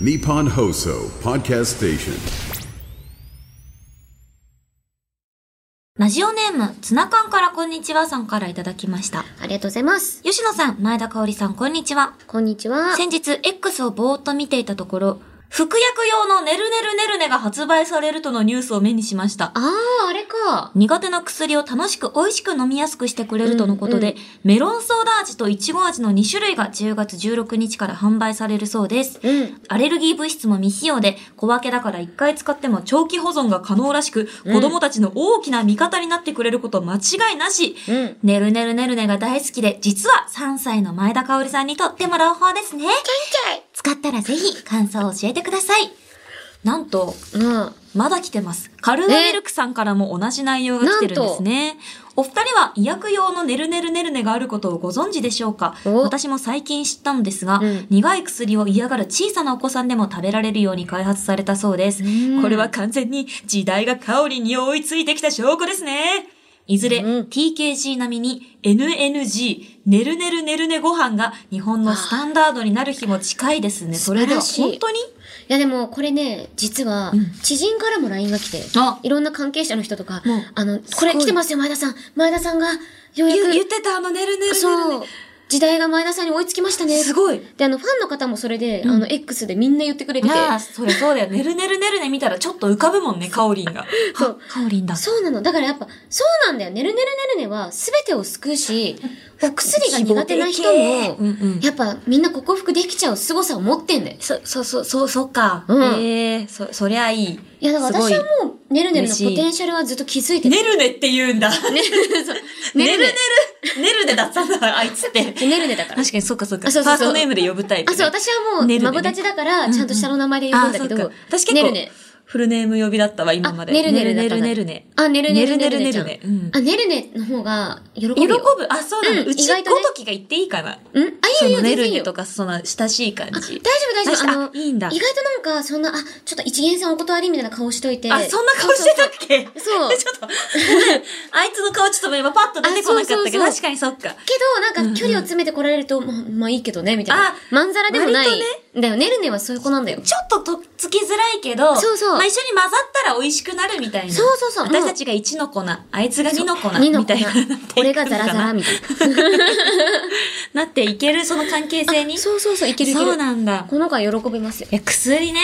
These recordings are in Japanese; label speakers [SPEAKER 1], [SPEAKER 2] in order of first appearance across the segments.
[SPEAKER 1] Nippon Hoso Podcast Station.
[SPEAKER 2] ラジオネーム、ツナ缶からこんにちはさんからいただきました。
[SPEAKER 3] ありがとうございます。
[SPEAKER 2] 吉野さん、前田香織さん、こんにちは。
[SPEAKER 3] こんにちは。
[SPEAKER 2] 先日、X をぼーっと見ていたところ、服薬用のねるねるねるねが発売されるとのニュースを目にしました。
[SPEAKER 3] ああ、あれか。
[SPEAKER 2] 苦手な薬を楽しく美味しく飲みやすくしてくれるとのことで、メロンソーダ味とイチゴ味の2種類が10月16日から販売されるそうです。
[SPEAKER 3] うん。
[SPEAKER 2] アレルギー物質も未使用で、小分けだから1回使っても長期保存が可能らしく、子供たちの大きな味方になってくれること間違いなし。
[SPEAKER 3] うん。
[SPEAKER 2] ねるねるねるねが大好きで、実は3歳の前田香織さんにとっても朗報ですね。使ったらぜひ感想を教えてください。なんと、
[SPEAKER 3] うん。
[SPEAKER 2] まだ来てます。カルーアミルクさんからも同じ内容が来てるんですね。お二人は医薬用のねるねるねるねがあることをご存知でしょうか
[SPEAKER 3] お
[SPEAKER 2] 私も最近知ったのですが、
[SPEAKER 3] うん
[SPEAKER 2] 苦い薬を嫌がる小さなお子さんでも食べられるように開発されたそうです。
[SPEAKER 3] うん
[SPEAKER 2] これは完全に時代が香りに追いついてきた証拠ですね。いずれ、
[SPEAKER 3] うん
[SPEAKER 2] TKG 並みに NNG、ねるねるねるねご飯が日本のスタンダードになる日も近いですね。それでは
[SPEAKER 3] 素晴らし
[SPEAKER 2] 本
[SPEAKER 3] い
[SPEAKER 2] 当に
[SPEAKER 3] いやでも、これね、実は
[SPEAKER 2] ん、
[SPEAKER 3] 知人からも LINE が来て、
[SPEAKER 2] あ
[SPEAKER 3] いろんな関係者の人とか
[SPEAKER 2] もう、
[SPEAKER 3] あの、
[SPEAKER 2] す
[SPEAKER 3] こ
[SPEAKER 2] ごい
[SPEAKER 3] れ来てますよ、前田さん。前田さんが、ようや
[SPEAKER 2] 言言っ
[SPEAKER 3] く、
[SPEAKER 2] てたあのねるねるねるね
[SPEAKER 3] そう、時代が前田さんに追いつきましたね。
[SPEAKER 2] すごい。
[SPEAKER 3] で、あの、ファンの方もそれで、
[SPEAKER 2] ん
[SPEAKER 3] あの、X でみんな言ってくれてて、
[SPEAKER 2] ああ、それそう だよ。ねるねるねるね見たらちょっと浮かぶもんね、かおりんが。
[SPEAKER 3] そう
[SPEAKER 2] あ。かおりんだ。
[SPEAKER 3] そうなの。だからやっぱ、そうなんだよ。ねるねるねるねは、すべてを救う し、お薬が苦手な人も、
[SPEAKER 2] うんうん
[SPEAKER 3] やっぱ、みんな克服できちゃう凄さを持ってんだよ。
[SPEAKER 2] そ、そ、そ、そ、そっか。
[SPEAKER 3] うん
[SPEAKER 2] ええそ、そりゃいい。
[SPEAKER 3] いや、だから私は
[SPEAKER 2] す
[SPEAKER 3] もう、ねるねるのポ
[SPEAKER 2] 嬉しい
[SPEAKER 3] テンシャルはずっと気づいて
[SPEAKER 2] ごい
[SPEAKER 3] て
[SPEAKER 2] ねるねって言うんだ。
[SPEAKER 3] ねるそう
[SPEAKER 2] ねるね
[SPEAKER 3] ね
[SPEAKER 2] る、ねるねだったんだ、あいつって。
[SPEAKER 3] るねるねだから。
[SPEAKER 2] 確かに、そっかそっか。
[SPEAKER 3] あそう
[SPEAKER 2] パ
[SPEAKER 3] そうそう
[SPEAKER 2] ーソネームで呼ぶタイプ
[SPEAKER 3] あ、
[SPEAKER 2] ね。
[SPEAKER 3] そう、私はも
[SPEAKER 2] ね
[SPEAKER 3] う、
[SPEAKER 2] るねね
[SPEAKER 3] 孫たちだから、ちゃんと下の名前で呼ぶんだけ
[SPEAKER 2] あ
[SPEAKER 3] ど
[SPEAKER 2] そっか、私結構、
[SPEAKER 3] ねるね。
[SPEAKER 2] フルネーム呼びだったわ、今
[SPEAKER 3] あ、
[SPEAKER 2] まで。
[SPEAKER 3] ねるねるだ
[SPEAKER 2] ね
[SPEAKER 3] った
[SPEAKER 2] る
[SPEAKER 3] んだ
[SPEAKER 2] ねるね。
[SPEAKER 3] あ、ねるねるねるねちゃん。
[SPEAKER 2] ねるねるねるねうん
[SPEAKER 3] あ、ねるねの方が、喜ぶ
[SPEAKER 2] 喜ぶ
[SPEAKER 3] よ。。
[SPEAKER 2] あ、そうなの。
[SPEAKER 3] うん
[SPEAKER 2] うち
[SPEAKER 3] 意外とね
[SPEAKER 2] ごときが言っていいかな。
[SPEAKER 3] 喜ぶんあ、
[SPEAKER 2] そ
[SPEAKER 3] いい
[SPEAKER 2] の
[SPEAKER 3] よ、
[SPEAKER 2] ね
[SPEAKER 3] 全
[SPEAKER 2] る
[SPEAKER 3] 然いい
[SPEAKER 2] ね
[SPEAKER 3] よ。
[SPEAKER 2] とか、その親しい感
[SPEAKER 3] あ大
[SPEAKER 2] じ。
[SPEAKER 3] 丈夫、大丈夫。あ
[SPEAKER 2] あ
[SPEAKER 3] の、
[SPEAKER 2] いいんだ
[SPEAKER 3] 意外となんか、そんな、あ、ちょっと一元さんお断りみたいな顔しといて。
[SPEAKER 2] あ、そんな顔してたっけ
[SPEAKER 3] そう。
[SPEAKER 2] ちょっと、あいつの顔ちょっと見ればパッと出てこなかったけど、
[SPEAKER 3] あそうそうそう
[SPEAKER 2] 確かにそっか。
[SPEAKER 3] けど、なんか、距離を詰めてこられると、もう、まあいいけどね、みたい
[SPEAKER 2] あ
[SPEAKER 3] な。まんざらでもない。
[SPEAKER 2] 割
[SPEAKER 3] だよ、ねるねはそういう子なんだよ。
[SPEAKER 2] ちょっととっつきづらいけど、
[SPEAKER 3] そうそう
[SPEAKER 2] まあ、一緒に混ざったら美味しくなるみたいな。
[SPEAKER 3] そうそうそう
[SPEAKER 2] 私たちが1の粉、あいつが2の粉、
[SPEAKER 3] 二の
[SPEAKER 2] みたいな。
[SPEAKER 3] これがザラザ
[SPEAKER 2] な
[SPEAKER 3] ラ、
[SPEAKER 2] っていくのか
[SPEAKER 3] みたいな。
[SPEAKER 2] な。なっていける、その関係性に。
[SPEAKER 3] そうそうそう、いけるいける。
[SPEAKER 2] そうなんだ。
[SPEAKER 3] この子は喜びますよ。
[SPEAKER 2] え、薬ね。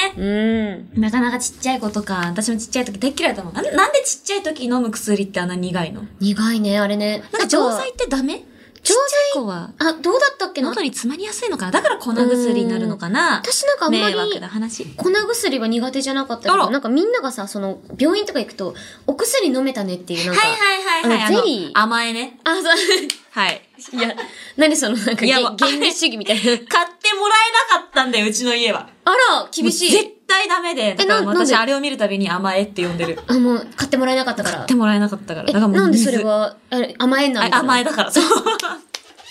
[SPEAKER 3] うん。
[SPEAKER 2] なかなかちっちゃい子とか、私もちっちゃい時大っ嫌いだもん。なんなんでちっちゃい時飲む薬ってあんな苦いの
[SPEAKER 3] 苦いね、あれね。
[SPEAKER 2] なんか錠剤ってダメちっちゃい子は。
[SPEAKER 3] あ、どうだったっけな
[SPEAKER 2] 喉に詰まりやすいのかなだから粉薬になるのかな
[SPEAKER 3] 私なんかあんま
[SPEAKER 2] 迷
[SPEAKER 3] り
[SPEAKER 2] 惑な話。
[SPEAKER 3] 粉薬は苦手じゃなかったけ
[SPEAKER 2] あら
[SPEAKER 3] ど、なんかみんながさ、その、病院とか行くと、お薬飲めたねっていう、なんか。
[SPEAKER 2] はいはいはいはい。
[SPEAKER 3] あのゼリー
[SPEAKER 2] あの甘えね。
[SPEAKER 3] あ、そう、
[SPEAKER 2] はい。
[SPEAKER 3] いや、何その、なんか、
[SPEAKER 2] い
[SPEAKER 3] げ
[SPEAKER 2] やもう
[SPEAKER 3] 原理主義みたい な。
[SPEAKER 2] 買ってもらえなかったんだよ、うちの家は。
[SPEAKER 3] あら、厳し
[SPEAKER 2] もう絶
[SPEAKER 3] い。
[SPEAKER 2] 対ダメで。だから
[SPEAKER 3] えななん
[SPEAKER 2] 私
[SPEAKER 3] で
[SPEAKER 2] あれを見るたびに甘えって呼んでる。
[SPEAKER 3] あ、もう、買ってもらえなかったか
[SPEAKER 2] 買
[SPEAKER 3] ら
[SPEAKER 2] って。もらえなかったから。だ
[SPEAKER 3] え、
[SPEAKER 2] からもう
[SPEAKER 3] なんでそ
[SPEAKER 2] 水
[SPEAKER 3] れは、あれ甘えんな
[SPEAKER 2] あ
[SPEAKER 3] みたいな
[SPEAKER 2] 甘えだから。そう。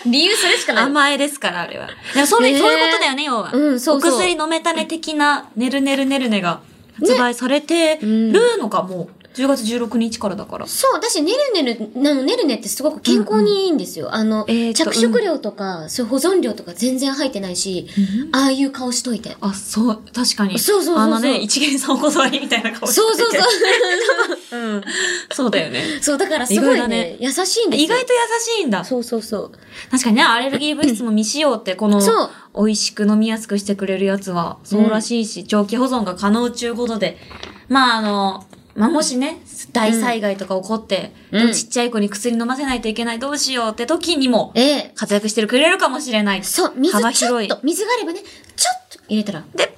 [SPEAKER 3] 理由それしかない。
[SPEAKER 2] 甘えですから、あれは。でもそれ、
[SPEAKER 3] ねえ
[SPEAKER 2] そういうことだよね、要は。
[SPEAKER 3] うんそうそう
[SPEAKER 2] お薬飲めたね的な、ねるねるねるねが発売されてるのか、もう。10月16日からだから。
[SPEAKER 3] そう、私、ねるねる、なの、ねるねってすごく健康にいいんですよ。あの、
[SPEAKER 2] えーと
[SPEAKER 3] 着色料とか、そういう保存料とか全然入ってないし、ああいう顔しといて。
[SPEAKER 2] あ、そう、確かに。
[SPEAKER 3] そうそうそうそう
[SPEAKER 2] あのね、一元さんお断りみたいな顔して
[SPEAKER 3] そうそう
[SPEAKER 2] て
[SPEAKER 3] そう。
[SPEAKER 2] うん。そうだよね。
[SPEAKER 3] そう、だからすご
[SPEAKER 2] 意外
[SPEAKER 3] い
[SPEAKER 2] だ
[SPEAKER 3] ね、
[SPEAKER 2] ね
[SPEAKER 3] 優しいんですよ。
[SPEAKER 2] 意外と優しいんだ。
[SPEAKER 3] そうそうそう。
[SPEAKER 2] 確かにね、アレルギー物質も未使用って、この
[SPEAKER 3] そう、
[SPEAKER 2] 美味しく飲みやすくしてくれるやつは、そうらしいし、長期保存が可能ちゅうことで、まああの、まあもしね、大災害とか起こって、
[SPEAKER 3] うん
[SPEAKER 2] ちっちゃい子に薬飲ませないといけない、どうしようって時にも、
[SPEAKER 3] ええ
[SPEAKER 2] 活躍してくれるかもしれない。
[SPEAKER 3] そう、水
[SPEAKER 2] 幅
[SPEAKER 3] ちょ
[SPEAKER 2] 広
[SPEAKER 3] っ
[SPEAKER 2] い。
[SPEAKER 3] と、水があればね、ちょっと入れたら。
[SPEAKER 2] で、ペロ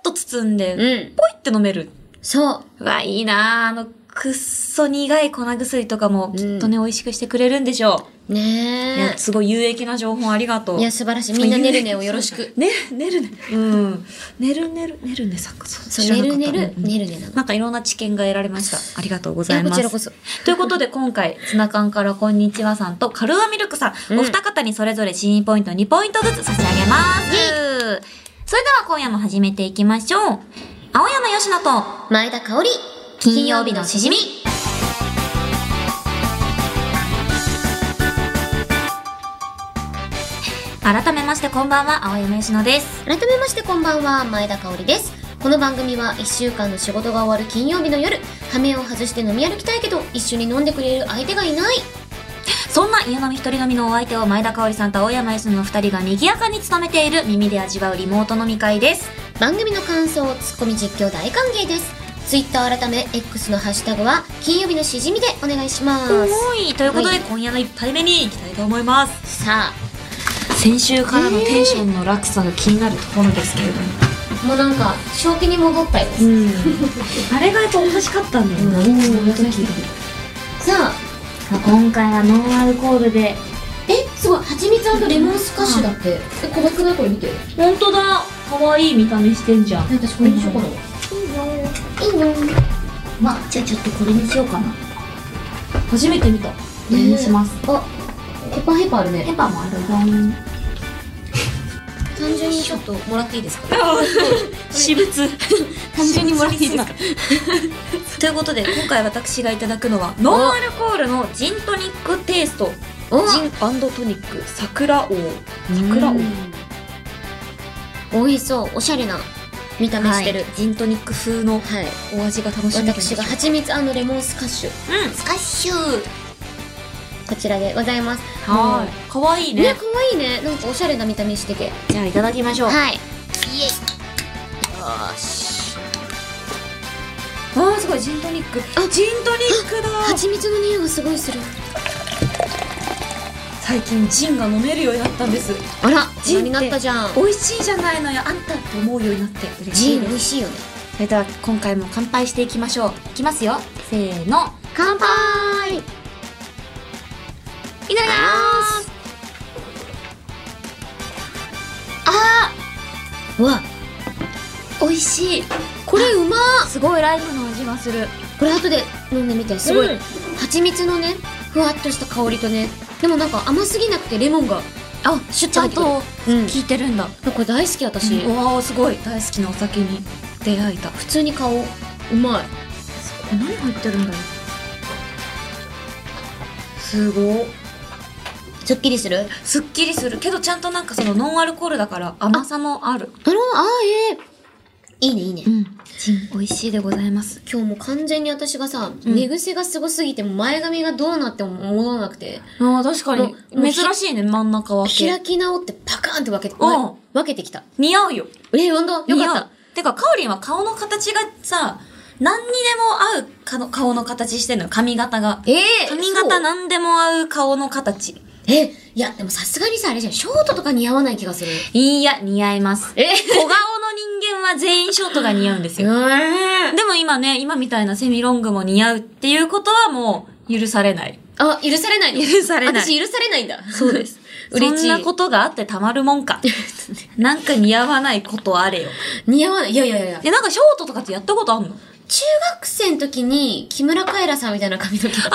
[SPEAKER 2] ッと包んで、
[SPEAKER 3] うん。
[SPEAKER 2] ポイって飲める。
[SPEAKER 3] そ
[SPEAKER 2] う
[SPEAKER 3] う。
[SPEAKER 2] わ、いいなああの、くっそ苦い粉薬とかも、きっとね、美味しくしてくれるんでしょう。い
[SPEAKER 3] ね
[SPEAKER 2] や、すごい有益な情報ありがと
[SPEAKER 3] え。
[SPEAKER 2] う。
[SPEAKER 3] いや、素晴らしい。みんなねるねをよろしく。
[SPEAKER 2] ね、寝るね。うん。寝る寝る、寝るね、さっきそう
[SPEAKER 3] そう、
[SPEAKER 2] 知ら
[SPEAKER 3] ね
[SPEAKER 2] なか
[SPEAKER 3] る
[SPEAKER 2] った
[SPEAKER 3] ねる、
[SPEAKER 2] うん
[SPEAKER 3] ねるねなの。
[SPEAKER 2] なんかいろんな知見が得られました。ありがとうございます。
[SPEAKER 3] いやこちらこ
[SPEAKER 2] ということで、今回、ツナ缶からこんにちはさんと、カルーアミルクさん、お二方にそれぞれシーンポイント2ポイントずつ差し上げます。それでは今夜も始めていきましょう。青山よしのと、
[SPEAKER 3] 前田香織。
[SPEAKER 2] 金曜日のしじみ。改めましてこんばんは、青山よしのです。
[SPEAKER 3] 改めましてこんばんは前田香織ですこの番組は1週間の仕事が終わる金曜日の夜仮面を外して飲み歩きたいけど一緒に飲んでくれる相手がいない
[SPEAKER 2] そんな家飲み一人飲みのお相手を前田香織さんと青山よしのの二人が賑やかに務めている耳で味わうリモート飲み会です。
[SPEAKER 3] 番組の感想ツッコミ実況大歓迎ですツイッター改め X のハッシュタグは金曜日のしじみでお願いします
[SPEAKER 2] おいということで、
[SPEAKER 3] はい
[SPEAKER 2] 今夜の一杯目に行きたいと思います。
[SPEAKER 3] さ
[SPEAKER 2] 先週からのテンションの落差が気になるところですけれども。
[SPEAKER 3] あもうなんか正気に戻ったようです
[SPEAKER 2] うん。あれがやっぱおかしかったんだよな、その時。
[SPEAKER 3] さあ
[SPEAKER 2] 今回はノンアルコールで。
[SPEAKER 3] えすごい蜂蜜レモンスカッシュだってえ小松くないこれ見て
[SPEAKER 2] 本当だ可愛い見た目してんじゃん。
[SPEAKER 3] 私これにしようかないいよいいよ
[SPEAKER 2] まあ、じゃあちょっとこれにしようかな。初めて見た。これにします。
[SPEAKER 3] あヘパヘパあるね
[SPEAKER 2] ペパもあるな。
[SPEAKER 3] 単純にちょっともらっていいですか
[SPEAKER 2] 私物。 単純にもらっていいです かということで、今回私がいただくのは、ノンアルコールのジントニックテイスト。
[SPEAKER 3] お
[SPEAKER 2] ジントニック、桜王。桜王。
[SPEAKER 3] 美味しそうおしゃれな見た目してる
[SPEAKER 2] ジントニック風の
[SPEAKER 3] はい、
[SPEAKER 2] お味が楽しめるんでしょ
[SPEAKER 3] 私
[SPEAKER 2] う
[SPEAKER 3] が蜂蜜レモンスカッシュ
[SPEAKER 2] うんスカッシュ
[SPEAKER 3] こちらでございます
[SPEAKER 2] はーいかわいい
[SPEAKER 3] ね
[SPEAKER 2] ね
[SPEAKER 3] 可愛いねなんかおしゃれな見た目してて
[SPEAKER 2] じゃあいただきましょう
[SPEAKER 3] はい
[SPEAKER 2] あーすごいジントニックあジントニックだ
[SPEAKER 3] 蜂蜜の匂いがすごいする
[SPEAKER 2] 最近ジンが飲めるようになったんです
[SPEAKER 3] あら
[SPEAKER 2] ジン
[SPEAKER 3] ジ
[SPEAKER 2] って
[SPEAKER 3] ンになったじゃん
[SPEAKER 2] 美味しいじゃないのよあんたって思うようになって嬉し
[SPEAKER 3] ジ
[SPEAKER 2] い
[SPEAKER 3] ン
[SPEAKER 2] で
[SPEAKER 3] 美
[SPEAKER 2] す
[SPEAKER 3] 味しいよね
[SPEAKER 2] それでは今回も乾杯していきましょういきますよせーの
[SPEAKER 3] 乾杯いただきますあーうわ
[SPEAKER 2] 美味しい
[SPEAKER 3] これうます
[SPEAKER 2] ごいライムの味がする
[SPEAKER 3] これ後で飲んでみてすごい、
[SPEAKER 2] うん
[SPEAKER 3] 蜂蜜のねふわっとした香りとねでもなんか甘すぎなくてレモンが
[SPEAKER 2] あ
[SPEAKER 3] シュッ
[SPEAKER 2] ちゃ
[SPEAKER 3] と
[SPEAKER 2] ん
[SPEAKER 3] 入ってくる
[SPEAKER 2] と
[SPEAKER 3] うん
[SPEAKER 2] 効いてるんだ、
[SPEAKER 3] これ大好き私、
[SPEAKER 2] うわーすごい大好きなお酒に出会えた
[SPEAKER 3] 普通に顔うまい
[SPEAKER 2] これ何入ってるんだろうすごっ
[SPEAKER 3] すっきりする
[SPEAKER 2] すっきりするけどちゃんとなんかそのノンアルコールだから甘さもある
[SPEAKER 3] なるほどあーええいいねいいね、
[SPEAKER 2] うんジン美味しいでございます
[SPEAKER 3] 今日もう完全に私がさ、
[SPEAKER 2] うん
[SPEAKER 3] 寝癖がすごすぎてもう前髪がどうなっても戻らなくて
[SPEAKER 2] あー確かに
[SPEAKER 3] もうもうひ
[SPEAKER 2] 珍しいね真ん中分
[SPEAKER 3] 開
[SPEAKER 2] け
[SPEAKER 3] き直ってパカーンって分けて、
[SPEAKER 2] うん
[SPEAKER 3] 分けてきた
[SPEAKER 2] 似合うよ
[SPEAKER 3] えほんとよ
[SPEAKER 2] 似
[SPEAKER 3] かっ
[SPEAKER 2] 合
[SPEAKER 3] た
[SPEAKER 2] うてかかおりんは顔の形がさ何にでも合うかの顔の形してんのよ髪型が
[SPEAKER 3] ええ
[SPEAKER 2] 髪型
[SPEAKER 3] な
[SPEAKER 2] 何でも合う顔の形
[SPEAKER 3] えいやでもさすがにさあれじゃんショートとか似合わない気がする
[SPEAKER 2] いいや似合います
[SPEAKER 3] え
[SPEAKER 2] 小顔の人間は全員ショートが似合うんですよ
[SPEAKER 3] あ
[SPEAKER 2] でも今ね、今みたいなセミロングも似合うっていうことはもう許されない。
[SPEAKER 3] 許されないの
[SPEAKER 2] 許されない
[SPEAKER 3] 私許されないんだ
[SPEAKER 2] そうです
[SPEAKER 3] 嬉し
[SPEAKER 2] そん
[SPEAKER 3] い
[SPEAKER 2] なことがあってたまるもんか。なんか似合わないことあれよ。
[SPEAKER 3] 似合わないいやいやいやいや
[SPEAKER 2] で、なんかショートとかってやったことあんの
[SPEAKER 3] 中学生の時に木村カエラさんみたいな髪の毛だっ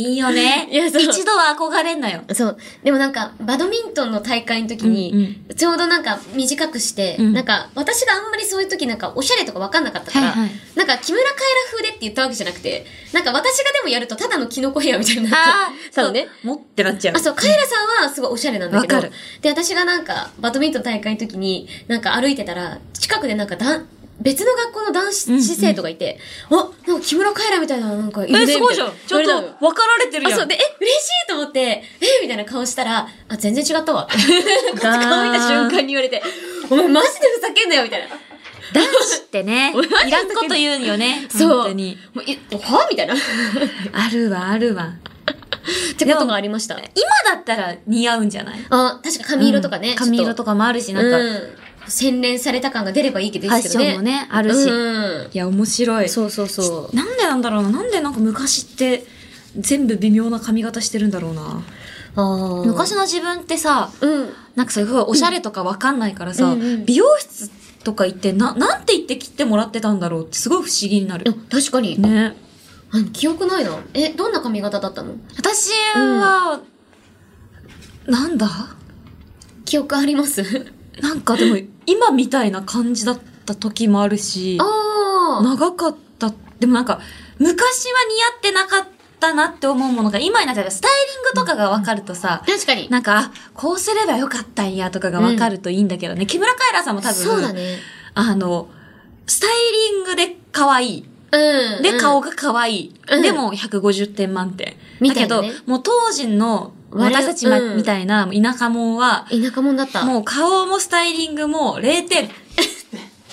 [SPEAKER 2] いいよね。
[SPEAKER 3] いやそ う
[SPEAKER 2] 一度は憧れんなよ。
[SPEAKER 3] たそうでもなんかバドミントンの大会の時に、ちょうどなんか短くして、
[SPEAKER 2] うん
[SPEAKER 3] なんか私があんまりそういう時なんかおしゃれとか分かんなかったから、
[SPEAKER 2] はいはい
[SPEAKER 3] なんか木村カエラ風でって言ったわけじゃなくてなんか私がでもやるとただのキノコヘアみたいになっちゃ
[SPEAKER 2] あ
[SPEAKER 3] う
[SPEAKER 2] あ、
[SPEAKER 3] そうね
[SPEAKER 2] もってなっちゃう。
[SPEAKER 3] あ、そう、カエラさんはすごいおしゃれなんだけど。
[SPEAKER 2] わかる
[SPEAKER 3] で、私がなんか、バドミントン大会の時に、なんか歩いてたら、近くでなんかだん、別の学校の男
[SPEAKER 2] うんうん
[SPEAKER 3] 子生徒がいて、あ、なんか木村カエラみたいな、なんかいるね
[SPEAKER 2] え、すごいじゃん。ちょっ
[SPEAKER 3] 言われたのよ
[SPEAKER 2] と分かられてる
[SPEAKER 3] あ、
[SPEAKER 2] やん。
[SPEAKER 3] そう、で、え、嬉しいと思って、え、みたいな顔したら、あ、全然違ったわ。こっち顔見た瞬間に言われて、お前マジでふざけんなよ、みたいな。
[SPEAKER 2] 男子って ね
[SPEAKER 3] 同じだ、けど
[SPEAKER 2] いらんこと言うんよね。
[SPEAKER 3] そう。
[SPEAKER 2] 本当に。
[SPEAKER 3] もうえ、はみたいな。っ
[SPEAKER 2] あるわ、あるわ。
[SPEAKER 3] てことがありました。
[SPEAKER 2] 今だったら似合うんじゃない
[SPEAKER 3] あ、確か髪色とかね。
[SPEAKER 2] うん髪色と
[SPEAKER 3] か。
[SPEAKER 2] かもあるし、
[SPEAKER 3] な
[SPEAKER 2] なん
[SPEAKER 3] ん
[SPEAKER 2] か、
[SPEAKER 3] か、
[SPEAKER 2] い
[SPEAKER 3] 洗練された感が出ればいいけど、ですけど
[SPEAKER 2] ファッションもねあるし
[SPEAKER 3] うん
[SPEAKER 2] や、面白い。
[SPEAKER 3] そうそうそう。
[SPEAKER 2] なんでなんだろうななんでなんか昔って全部微妙な髪型してるんだろうな
[SPEAKER 3] あ
[SPEAKER 2] 昔
[SPEAKER 3] 昔
[SPEAKER 2] の自分ってさ
[SPEAKER 3] うん。
[SPEAKER 2] なんかすごいおしゃれとかわかんないからさ、
[SPEAKER 3] うんうんうん
[SPEAKER 2] 美容室とか行ってななんて言って切ってもらってたんだろうってすごい不思議になる、
[SPEAKER 3] 確かに、
[SPEAKER 2] ね
[SPEAKER 3] あ記憶ないな。え、どんな髪型だったの
[SPEAKER 2] 私は、なんだ
[SPEAKER 3] 記憶あります
[SPEAKER 2] なんかでも今みたいな感じだった時もあるし
[SPEAKER 3] ああ。
[SPEAKER 2] 長かったでもなんか昔は似合ってなかっったなって思うものが今になっちゃうからスタイリングとかが分かるとさ、
[SPEAKER 3] 確かに。
[SPEAKER 2] なんか、あこうすればよかったんやとかが分かるといいんだけどね。木村カエラさんも多分、
[SPEAKER 3] そうだね。
[SPEAKER 2] あの、スタイリングで可愛い。
[SPEAKER 3] うん。
[SPEAKER 2] で、顔
[SPEAKER 3] が。
[SPEAKER 2] が可愛い。
[SPEAKER 3] うん
[SPEAKER 2] でも、150点満点。
[SPEAKER 3] み
[SPEAKER 2] だ
[SPEAKER 3] たい
[SPEAKER 2] け
[SPEAKER 3] な
[SPEAKER 2] ど
[SPEAKER 3] ね、
[SPEAKER 2] もう当時の
[SPEAKER 3] 我々
[SPEAKER 2] 私たちま
[SPEAKER 3] うん
[SPEAKER 2] みたいな田舎者は、
[SPEAKER 3] 田舎者だった。
[SPEAKER 2] もう顔もスタイリングも0点。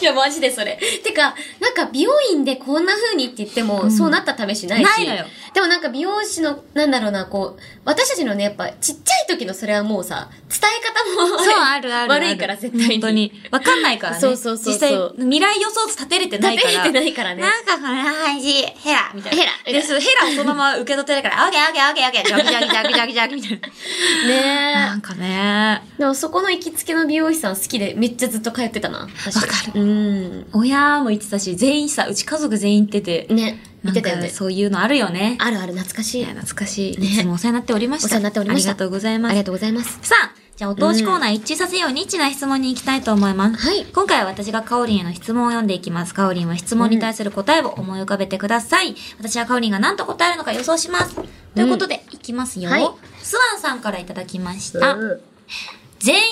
[SPEAKER 3] いや、マジでそれ。てか、なんか美容院でこんな風にって言っても、
[SPEAKER 2] ん
[SPEAKER 3] そうなった試しないし。
[SPEAKER 2] ないのよ。
[SPEAKER 3] でもなんか美容師の、なんだろうな、こう、私たちのね、やっぱちっちゃい時のそれはもうさ、伝え方も悪い。
[SPEAKER 2] そう、あるあるある。
[SPEAKER 3] 悪いから絶対に。
[SPEAKER 2] 本当に。わかんないからね。
[SPEAKER 3] そうそうそうそう
[SPEAKER 2] 実際、未来予想図立てれてないから。
[SPEAKER 3] 立てれてないからね
[SPEAKER 2] なんかこの話、ヘラ、みたいな。
[SPEAKER 3] ヘラヘラ
[SPEAKER 2] です、ヘラをそのまま受け取ってるから、オッケーオッケーオッケーオッケー、ジャキジャキジャキジャキジャキみたいな。な
[SPEAKER 3] ね
[SPEAKER 2] んかね、
[SPEAKER 3] え。でもそこの行きつけの美容師さん好きで、めっちゃずっと通ってたな。わ
[SPEAKER 2] わか
[SPEAKER 3] る。うん。
[SPEAKER 2] 親も言ってたし、全員さ、うち家族全員行ってて、
[SPEAKER 3] ね、
[SPEAKER 2] な
[SPEAKER 3] 見
[SPEAKER 2] ん
[SPEAKER 3] てたよ
[SPEAKER 2] か
[SPEAKER 3] ね。
[SPEAKER 2] そういうのあるよね。
[SPEAKER 3] あるある懐かしい。
[SPEAKER 2] 懐かしい。
[SPEAKER 3] ね
[SPEAKER 2] いつもお世話になっておりました。
[SPEAKER 3] お世話になっておりました
[SPEAKER 2] ありがとうございま
[SPEAKER 3] あ
[SPEAKER 2] す
[SPEAKER 3] り。がとうございます。
[SPEAKER 2] さあ、じゃあお通しコーナー一致させようニッチな質問に行きたいと思います。
[SPEAKER 3] はい
[SPEAKER 2] 今回は私がカオリンへの質問を読んでいきます。カオリンは質問に対する答えを思い浮かべてください。私はカオリンが何と答えるのか予想します。ということで、いきますよ、
[SPEAKER 3] はい
[SPEAKER 2] スワンさんからいただきました。全員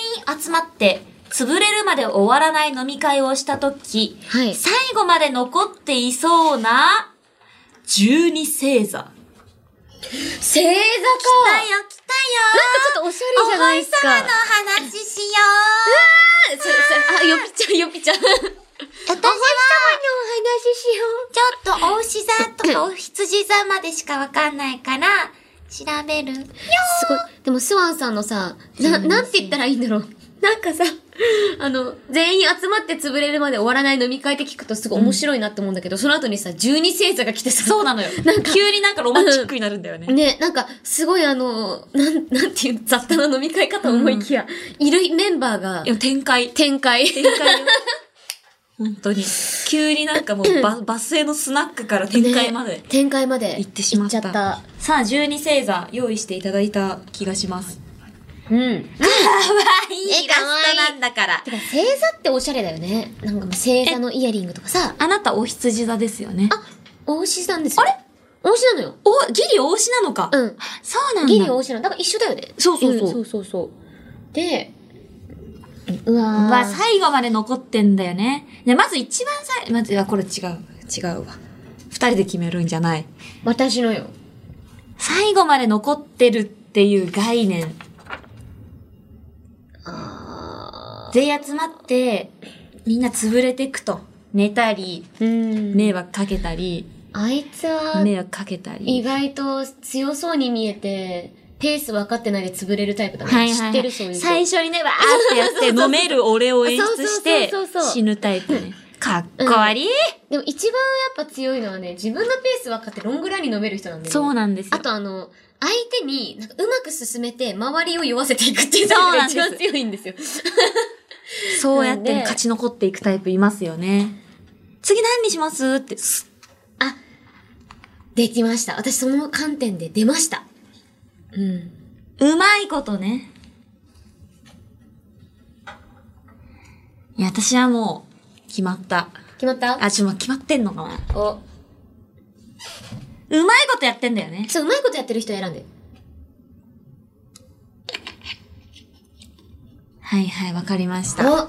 [SPEAKER 2] 集まって、潰れるまで終わらない飲み会をしたとき、
[SPEAKER 3] はい
[SPEAKER 2] 最後まで残っていそうな、十二星座。来たよ来たよ
[SPEAKER 3] 星座かなんかち、ょっとおしゃ
[SPEAKER 2] お
[SPEAKER 3] れじゃない
[SPEAKER 2] 星
[SPEAKER 3] ですか。
[SPEAKER 2] 様の話しよ
[SPEAKER 3] そそあ、よぴ ちゃん、よぴちゃん。私は、
[SPEAKER 2] う。私は、
[SPEAKER 3] 話しよ
[SPEAKER 2] ち
[SPEAKER 3] う。
[SPEAKER 2] ょっとお牛座とかお羊座までしかわかんないから、調べる。よ
[SPEAKER 3] すごい。でも、スワンさんのさ、な、なんて言ったらいいんだろう。なんかさ、あの、全員集まって潰れるまで終わらない飲み会って聞くとすごい面白いなって思うんだけど、その後にさ、十二星座が来てさ、
[SPEAKER 2] そうなのよ。
[SPEAKER 3] なんか
[SPEAKER 2] 急になんかロマンチックになるんだよね。
[SPEAKER 3] ね、なんか、すごいあの、なん、なんていう雑多な飲み会かと思いきや、いるメンバーが
[SPEAKER 2] い、や、展開。展
[SPEAKER 3] 展開。
[SPEAKER 2] 開よ。本当に。急になんかもうバ、バスへのスナックから展開まで。
[SPEAKER 3] ね展開まで。
[SPEAKER 2] 行ってしまった
[SPEAKER 3] 行っちゃっ
[SPEAKER 2] さあ、十二星座用意していただいた気がします。
[SPEAKER 3] た。
[SPEAKER 2] か
[SPEAKER 3] うん。
[SPEAKER 2] わいいイ
[SPEAKER 3] え
[SPEAKER 2] ラ
[SPEAKER 3] かわいい
[SPEAKER 2] ストなんだから
[SPEAKER 3] て。か星座っておしゃれだよね。なんかもう星座のイヤリングとかさ。
[SPEAKER 2] あなたお羊座ですよね。
[SPEAKER 3] あ、お牛さんですよ。あれお牛なのよ。
[SPEAKER 2] お、ギリお牛なのか。
[SPEAKER 3] うん。
[SPEAKER 2] そうなんだ。
[SPEAKER 3] ギリお牛なの。だから一緒だよね。
[SPEAKER 2] そうそうそうん
[SPEAKER 3] そうそうそう。で、うわー。
[SPEAKER 2] は最後まで残ってんだよね。で、まず一番最、まず、いやこれ違う。違うわ。二人で決めるんじゃない。
[SPEAKER 3] 私のよ。
[SPEAKER 2] 最後まで残ってるっていう概念。全員集まって、みんな潰れてくと。寝たり、
[SPEAKER 3] うん。
[SPEAKER 2] 迷惑かけたり、
[SPEAKER 3] あいつは、
[SPEAKER 2] 迷惑かけた
[SPEAKER 3] 意
[SPEAKER 2] り。
[SPEAKER 3] 外と強そうに見えて、ペース分かってないで潰れるタイプだね。
[SPEAKER 2] はいはいはい
[SPEAKER 3] 知ってるそういう人。
[SPEAKER 2] 最初にね、わーってやって飲める俺を演出して
[SPEAKER 3] そうそうそうそうそう
[SPEAKER 2] 死ぬタイプね。かっこ悪い、
[SPEAKER 3] でも一番やっぱ強いのはね、自分のペース分かってロングランに飲める人なんだよね。
[SPEAKER 2] そうなんですよ。
[SPEAKER 3] あとあの、相手に、なんかうまく進めて、周りを酔わせていくっていうのが
[SPEAKER 2] そ
[SPEAKER 3] 一
[SPEAKER 2] うなん
[SPEAKER 3] 番
[SPEAKER 2] です
[SPEAKER 3] 強いんですよ。
[SPEAKER 2] そうやっ
[SPEAKER 3] な
[SPEAKER 2] て
[SPEAKER 3] んで
[SPEAKER 2] 勝ち残っていくタイプいますよね。次何にしますって、す
[SPEAKER 3] できました。私その観点で出ました。うん。
[SPEAKER 2] うまいことね。いや、私はもう、決まった。
[SPEAKER 3] 決まった
[SPEAKER 2] あ、ちょ、まあ決まってんのかな。
[SPEAKER 3] お。
[SPEAKER 2] うまいことやってんだよね。
[SPEAKER 3] そう、うまいことやってる人選んで。
[SPEAKER 2] はいはい、わかりました。
[SPEAKER 3] お。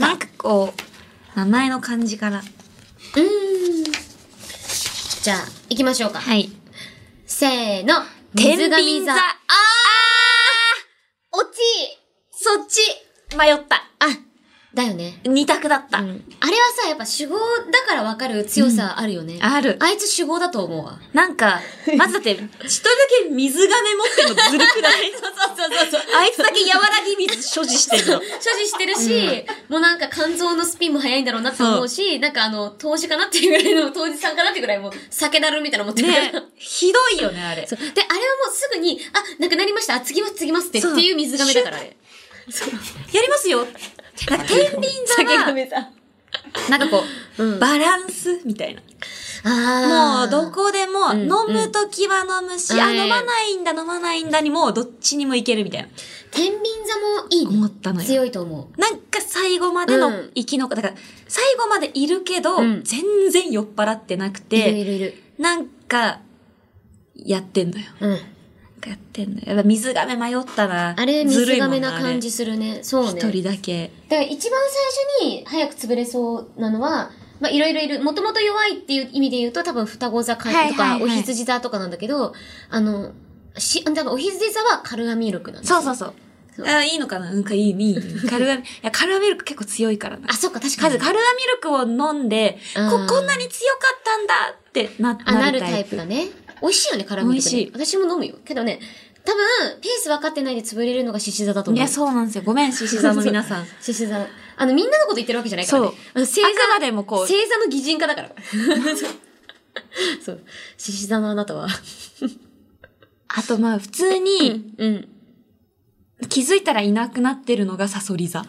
[SPEAKER 2] なんかこう、名前の漢字から。
[SPEAKER 3] じゃあ、行きましょうか。
[SPEAKER 2] はい。
[SPEAKER 3] せーの。
[SPEAKER 2] 天
[SPEAKER 3] 水
[SPEAKER 2] 秤
[SPEAKER 3] 上
[SPEAKER 2] 座。
[SPEAKER 3] 座。落ち
[SPEAKER 2] そっち、迷った。
[SPEAKER 3] あだよね。
[SPEAKER 2] 二択だった。
[SPEAKER 3] あれはさ、やっぱ主語だからわかる強さあるよね。
[SPEAKER 2] ある
[SPEAKER 3] あいつ主語だと思うわ。
[SPEAKER 2] なん か、まずだって、一人だけ水亀持ってんのずるくない
[SPEAKER 3] そうそうそうそう。
[SPEAKER 2] あいつだけ柔らぎ水所持してるの。
[SPEAKER 3] 所持してるし、もうなんか肝臓のスピンも早いんだろうなって思うし、なんかあの、投資かなっていうぐらいの、投資さんかなっていうぐらいもう、酒だるみたいなの持ってるから。
[SPEAKER 2] ねひどいよね、あれ。
[SPEAKER 3] そうで、あれはもうすぐに、あ、なくなりました、あ、次ます、次ますって、って
[SPEAKER 2] そう
[SPEAKER 3] いう水亀だから、あれ。
[SPEAKER 2] やりますよ。なんか天秤座が、
[SPEAKER 3] さん。
[SPEAKER 2] なんかこう、
[SPEAKER 3] うん
[SPEAKER 2] バランスみたいな。も
[SPEAKER 3] あ
[SPEAKER 2] う、
[SPEAKER 3] ー。
[SPEAKER 2] どこでも、
[SPEAKER 3] うん
[SPEAKER 2] 飲むときは飲むし、
[SPEAKER 3] うん
[SPEAKER 2] あ、飲まないんだ、飲まないんだにもう、どっちにもいけるみたいな。
[SPEAKER 3] 天秤座もいいね。
[SPEAKER 2] 思ったのよ
[SPEAKER 3] 強いと思う。
[SPEAKER 2] なんか最後までの
[SPEAKER 3] うん
[SPEAKER 2] 生き残だから、最後までいるけど、
[SPEAKER 3] うん
[SPEAKER 2] 全然酔っ払ってなく
[SPEAKER 3] いるい
[SPEAKER 2] て、
[SPEAKER 3] るいる。
[SPEAKER 2] なんが、やってんのよ。
[SPEAKER 3] うん。
[SPEAKER 2] なんかやってんのよ。やっぱ水亀迷ったな。
[SPEAKER 3] あれ、
[SPEAKER 2] ずる
[SPEAKER 3] 水
[SPEAKER 2] いもん
[SPEAKER 3] 亀な感じするね。そう
[SPEAKER 2] あれ
[SPEAKER 3] ね。
[SPEAKER 2] 一人だけ。
[SPEAKER 3] だから一番最初に早く潰れそうなのは、まあいろいろいる、もともと弱いっていう意味で言うと多分双子座か
[SPEAKER 2] はいはい
[SPEAKER 3] とか
[SPEAKER 2] はい
[SPEAKER 3] お羊座とかなんだけど、あの、し、だからお羊座はカルアミルクなんです
[SPEAKER 2] そうそうそう。あいいのかなうんかいい、いい。カルアミ、いや、カルアミルク結構強いからな。
[SPEAKER 3] あ、そっか、確か
[SPEAKER 2] カ
[SPEAKER 3] に
[SPEAKER 2] ズ、。カルアミルクを飲んで、
[SPEAKER 3] う
[SPEAKER 2] こ、
[SPEAKER 3] ん
[SPEAKER 2] こんなに強かったんだってな、
[SPEAKER 3] あ、なるタイプだね。美味しいよね、カルアミルク、ね。
[SPEAKER 2] 美味しい
[SPEAKER 3] 私も飲むよ。けどね、多分、ペース分かってないで潰れるのが獅子座だと
[SPEAKER 2] い
[SPEAKER 3] 思う。
[SPEAKER 2] や、そうなんですよ。ごめん、獅子座の皆さん。
[SPEAKER 3] 獅子座。あの、みんなのこと言ってるわけじゃないからね。
[SPEAKER 2] そう
[SPEAKER 3] あの星座
[SPEAKER 2] あくまでもこう
[SPEAKER 3] 星座の擬人 化だから。そう。獅子座のあなたは。
[SPEAKER 2] あと、まあ、普通に
[SPEAKER 3] うん。
[SPEAKER 2] 気づいたらいなくなってるのがサソリ座。
[SPEAKER 3] あ、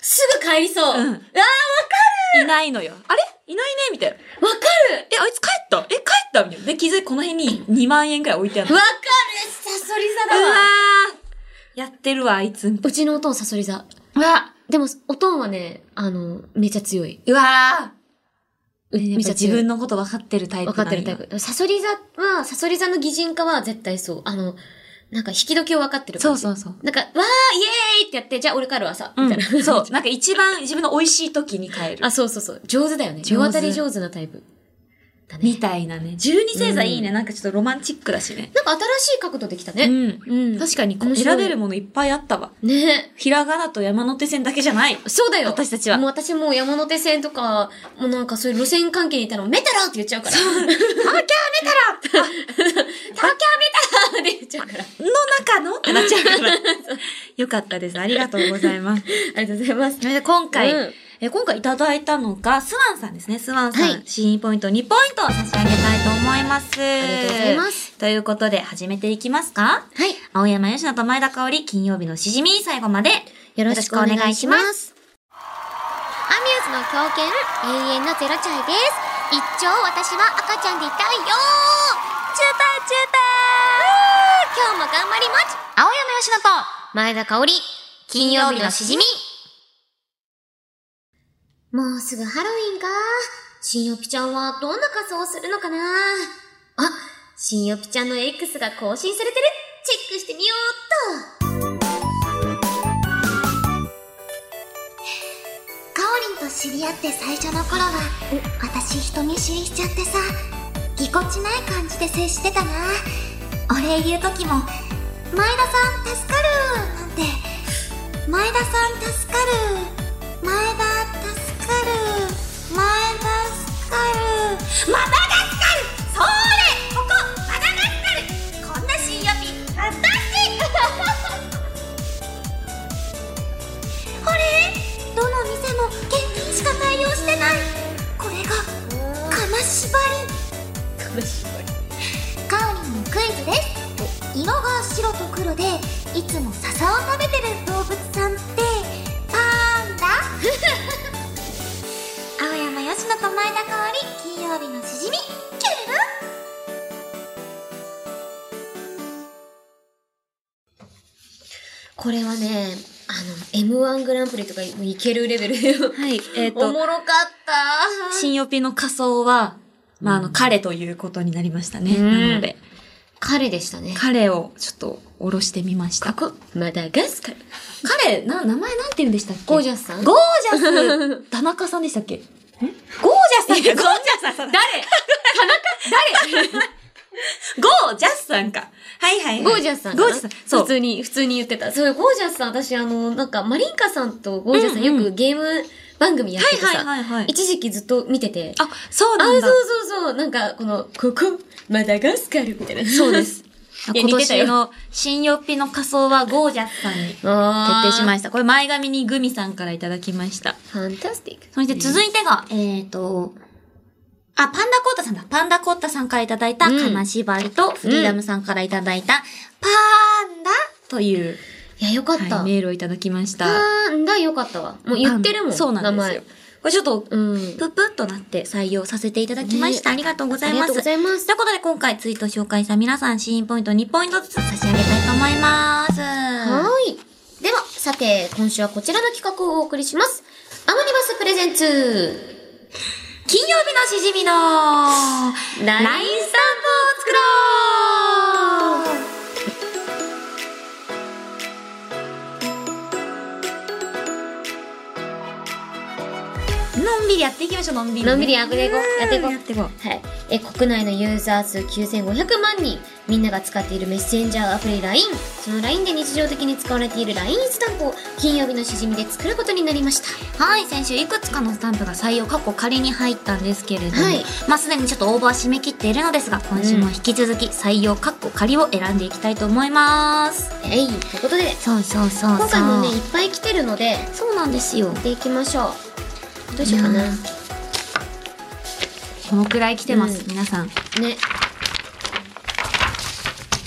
[SPEAKER 3] すぐ帰りそう。
[SPEAKER 2] うん
[SPEAKER 3] わあ、わか
[SPEAKER 2] いないのよ。あれいないねみたいな。え、
[SPEAKER 3] るわかる
[SPEAKER 2] あいつ帰ったえ、帰ったみたいな。で、気づい、この辺に2万円くらい置いてあるの。
[SPEAKER 3] わかるサソリ座
[SPEAKER 2] う
[SPEAKER 3] だ
[SPEAKER 2] わ
[SPEAKER 3] わ
[SPEAKER 2] ーやってるわ、あいつ。
[SPEAKER 3] うちのおとんサソリ座。
[SPEAKER 2] うわ
[SPEAKER 3] でも、おとんはね、あの、めちゃ強い。
[SPEAKER 2] うわ
[SPEAKER 3] う
[SPEAKER 2] ーやっぱ自分のこと分かってるタイプ
[SPEAKER 3] わ
[SPEAKER 2] なん
[SPEAKER 3] か
[SPEAKER 2] や
[SPEAKER 3] ってるタイプ。サソリ座は、サソリ座の擬人化は絶対そう。あの、なんか引き時をわかってる
[SPEAKER 2] そ
[SPEAKER 3] 感
[SPEAKER 2] う
[SPEAKER 3] じ。
[SPEAKER 2] そうそう。
[SPEAKER 3] なんか、わー、イエーイってやって、じゃあ俺帰るわ、さ。
[SPEAKER 2] う
[SPEAKER 3] みたい
[SPEAKER 2] ん、
[SPEAKER 3] な。
[SPEAKER 2] そう。なんか一番自分の美味しい時に帰る。
[SPEAKER 3] あ、そうそうそう。上手だよね。
[SPEAKER 2] 上手
[SPEAKER 3] 世渡り上手なタイプ。だね。
[SPEAKER 2] みたいなね。十二星座いいね。なんかちょっとロマンチックだしね。
[SPEAKER 3] なんか新しい角度できたね。
[SPEAKER 2] うん。
[SPEAKER 3] うん
[SPEAKER 2] 確かにこう
[SPEAKER 3] 面白
[SPEAKER 2] 選
[SPEAKER 3] い
[SPEAKER 2] べるものいっぱいあったわ。
[SPEAKER 3] ね
[SPEAKER 2] ひらがなと山手線だけじゃない。
[SPEAKER 3] そうだよ。
[SPEAKER 2] 私たちは
[SPEAKER 3] もう私もう山手線とか、もうなんかそういう路線関係にいたら、メタラって言っちゃう から。東京メ タラ東京メタラって言っちゃうから。
[SPEAKER 2] の中のってなっちゃ うから。よかったです。ありがとうございます。
[SPEAKER 3] ありがとうございます。
[SPEAKER 2] それで今回、
[SPEAKER 3] うん
[SPEAKER 2] え今回いただいたのが、スワンさんですね。スワンさん、
[SPEAKER 3] はい
[SPEAKER 2] シーンポイント2ポイントを差し上げたいと思います。あ
[SPEAKER 3] りがとうございます。
[SPEAKER 2] ということで、始めていきますか
[SPEAKER 3] はい。
[SPEAKER 2] 青山吉野と前田香織、金曜日のしじみ、最後まで。
[SPEAKER 3] よろしくお願いしますす。アミューズの狂犬、永遠のゼロチャイです。一丁私は赤ちゃんでいたいよチューターチューター今日も頑張りまち青山よしと、前田香織、金曜日のしじみもうすぐハロウィンか。新よぴちゃんはどんな仮装をするのかなあ、新よぴちゃんの X が更新されてるチェックしてみようっと
[SPEAKER 4] かおりんと知り合って最初の頃は私人見知りしちゃってさぎこちない感じで接してたなお礼言う時も「前田さん助かる」なんて「前田さん助かる」「前田助かる」「前田助かる」「また助かる」「それここまた助かる」「こんな新予備ファンタスティック! 」これどの店も現金しか対応してないこれが金縛りカオリンのクイズです色が白と黒でいつも笹を食べてる動物さんってパンダ 青山佳乃と前田香織金曜日のしじみキュルル
[SPEAKER 3] これはね、あの、M1 グランプリとかもいけるレベルよ。
[SPEAKER 2] はい、えっ、
[SPEAKER 3] お
[SPEAKER 2] と、
[SPEAKER 3] もろかった。
[SPEAKER 2] 新予備の仮装は、まあ、あの、彼ということになりましたね。
[SPEAKER 3] うん
[SPEAKER 2] なので、
[SPEAKER 3] 彼でしたね。
[SPEAKER 2] 彼をちょっと下ろしてみました。
[SPEAKER 3] ここ、まだガスカル。
[SPEAKER 2] 彼、な、名前なんて言うんでしたっけ
[SPEAKER 3] ゴージャスさん
[SPEAKER 2] ゴージャ ス田中さんでしたっけゴージャスさんゴージャスさん誰 ゴージャスさんか。はいはい、はい。
[SPEAKER 3] ゴージャスさんかな。
[SPEAKER 2] ゴージャスさん。そ
[SPEAKER 3] 普
[SPEAKER 2] う。
[SPEAKER 3] 通に、普通に言ってた。そう、ゴージャスさん、私、あの、なんか、マリンカさんとゴージャスさん、
[SPEAKER 2] うんうん
[SPEAKER 3] よくゲーム番組やっててさ、
[SPEAKER 2] はいはいはいはい
[SPEAKER 3] 一時期ずっと見てて。
[SPEAKER 2] あ、そう
[SPEAKER 3] あ
[SPEAKER 2] なん
[SPEAKER 3] そう
[SPEAKER 2] だ。
[SPEAKER 3] そうそう、なんか、この、ここ、まだガスカルみたいな。そうです。いや
[SPEAKER 2] 今
[SPEAKER 3] 似てたよ
[SPEAKER 2] 年の新予備の仮装はゴージャスさんに決
[SPEAKER 3] あ
[SPEAKER 2] 定しま
[SPEAKER 3] し
[SPEAKER 2] した。これ前髪にグミさんからいただきました。
[SPEAKER 3] た。ファンタスティック。
[SPEAKER 2] そして続いてが、えっ、ー、と、あ、パンダコータさんだ。パンダコータさんからいただいた、
[SPEAKER 3] うん
[SPEAKER 2] 金縛りと、フリーダムさんからいただいた、パンダという、
[SPEAKER 3] いや、よかった。
[SPEAKER 2] はい、メールをいただきました。
[SPEAKER 3] あーんだ、よかったわ。もう言ってるもん。
[SPEAKER 2] そうなんですよ。これちょっと、
[SPEAKER 3] 名前。うん。
[SPEAKER 2] プップッとなって採用させていただきました。ありがとうござ
[SPEAKER 3] あ
[SPEAKER 2] い
[SPEAKER 3] り
[SPEAKER 2] ます。
[SPEAKER 3] がとうございます
[SPEAKER 2] と。いうことで今回ツイート紹介した皆さん、シーンポイント2ポイントずつ差し上げたいと思います。
[SPEAKER 3] はーい。では、さて、今週はこちらの企画をお送りします。アムニバスプレゼンツ。
[SPEAKER 2] 金曜日のしじみの LINE スタンプを作ろうのんびりやっていきましょう、のんびりね。
[SPEAKER 3] のんびりやっていこうやっていこう
[SPEAKER 2] やっていこう。
[SPEAKER 3] はい、え国内のユーザー数9500万人みんなが使っているメッセンジャーアプリ LINE その LINE で日常的に使われている LINE スタンプを金曜日のしじみで作ることになりました
[SPEAKER 2] はい、先週いくつかのスタンプが採用、過去仮に入ったんですけれども、
[SPEAKER 3] はい
[SPEAKER 2] まあすでにちょっと応募は締め切っているのですが、今週も引き続き採用、過去仮を選んでいきたいと思います。
[SPEAKER 3] えいということで
[SPEAKER 2] そうそうそうそう。
[SPEAKER 3] 今回もねいっぱい来てるのでや
[SPEAKER 2] そうなんですよ
[SPEAKER 3] っ。ていきましょうどうしようかない
[SPEAKER 2] や
[SPEAKER 3] ね
[SPEAKER 2] このくらい来てます、
[SPEAKER 3] うん
[SPEAKER 2] 皆さん。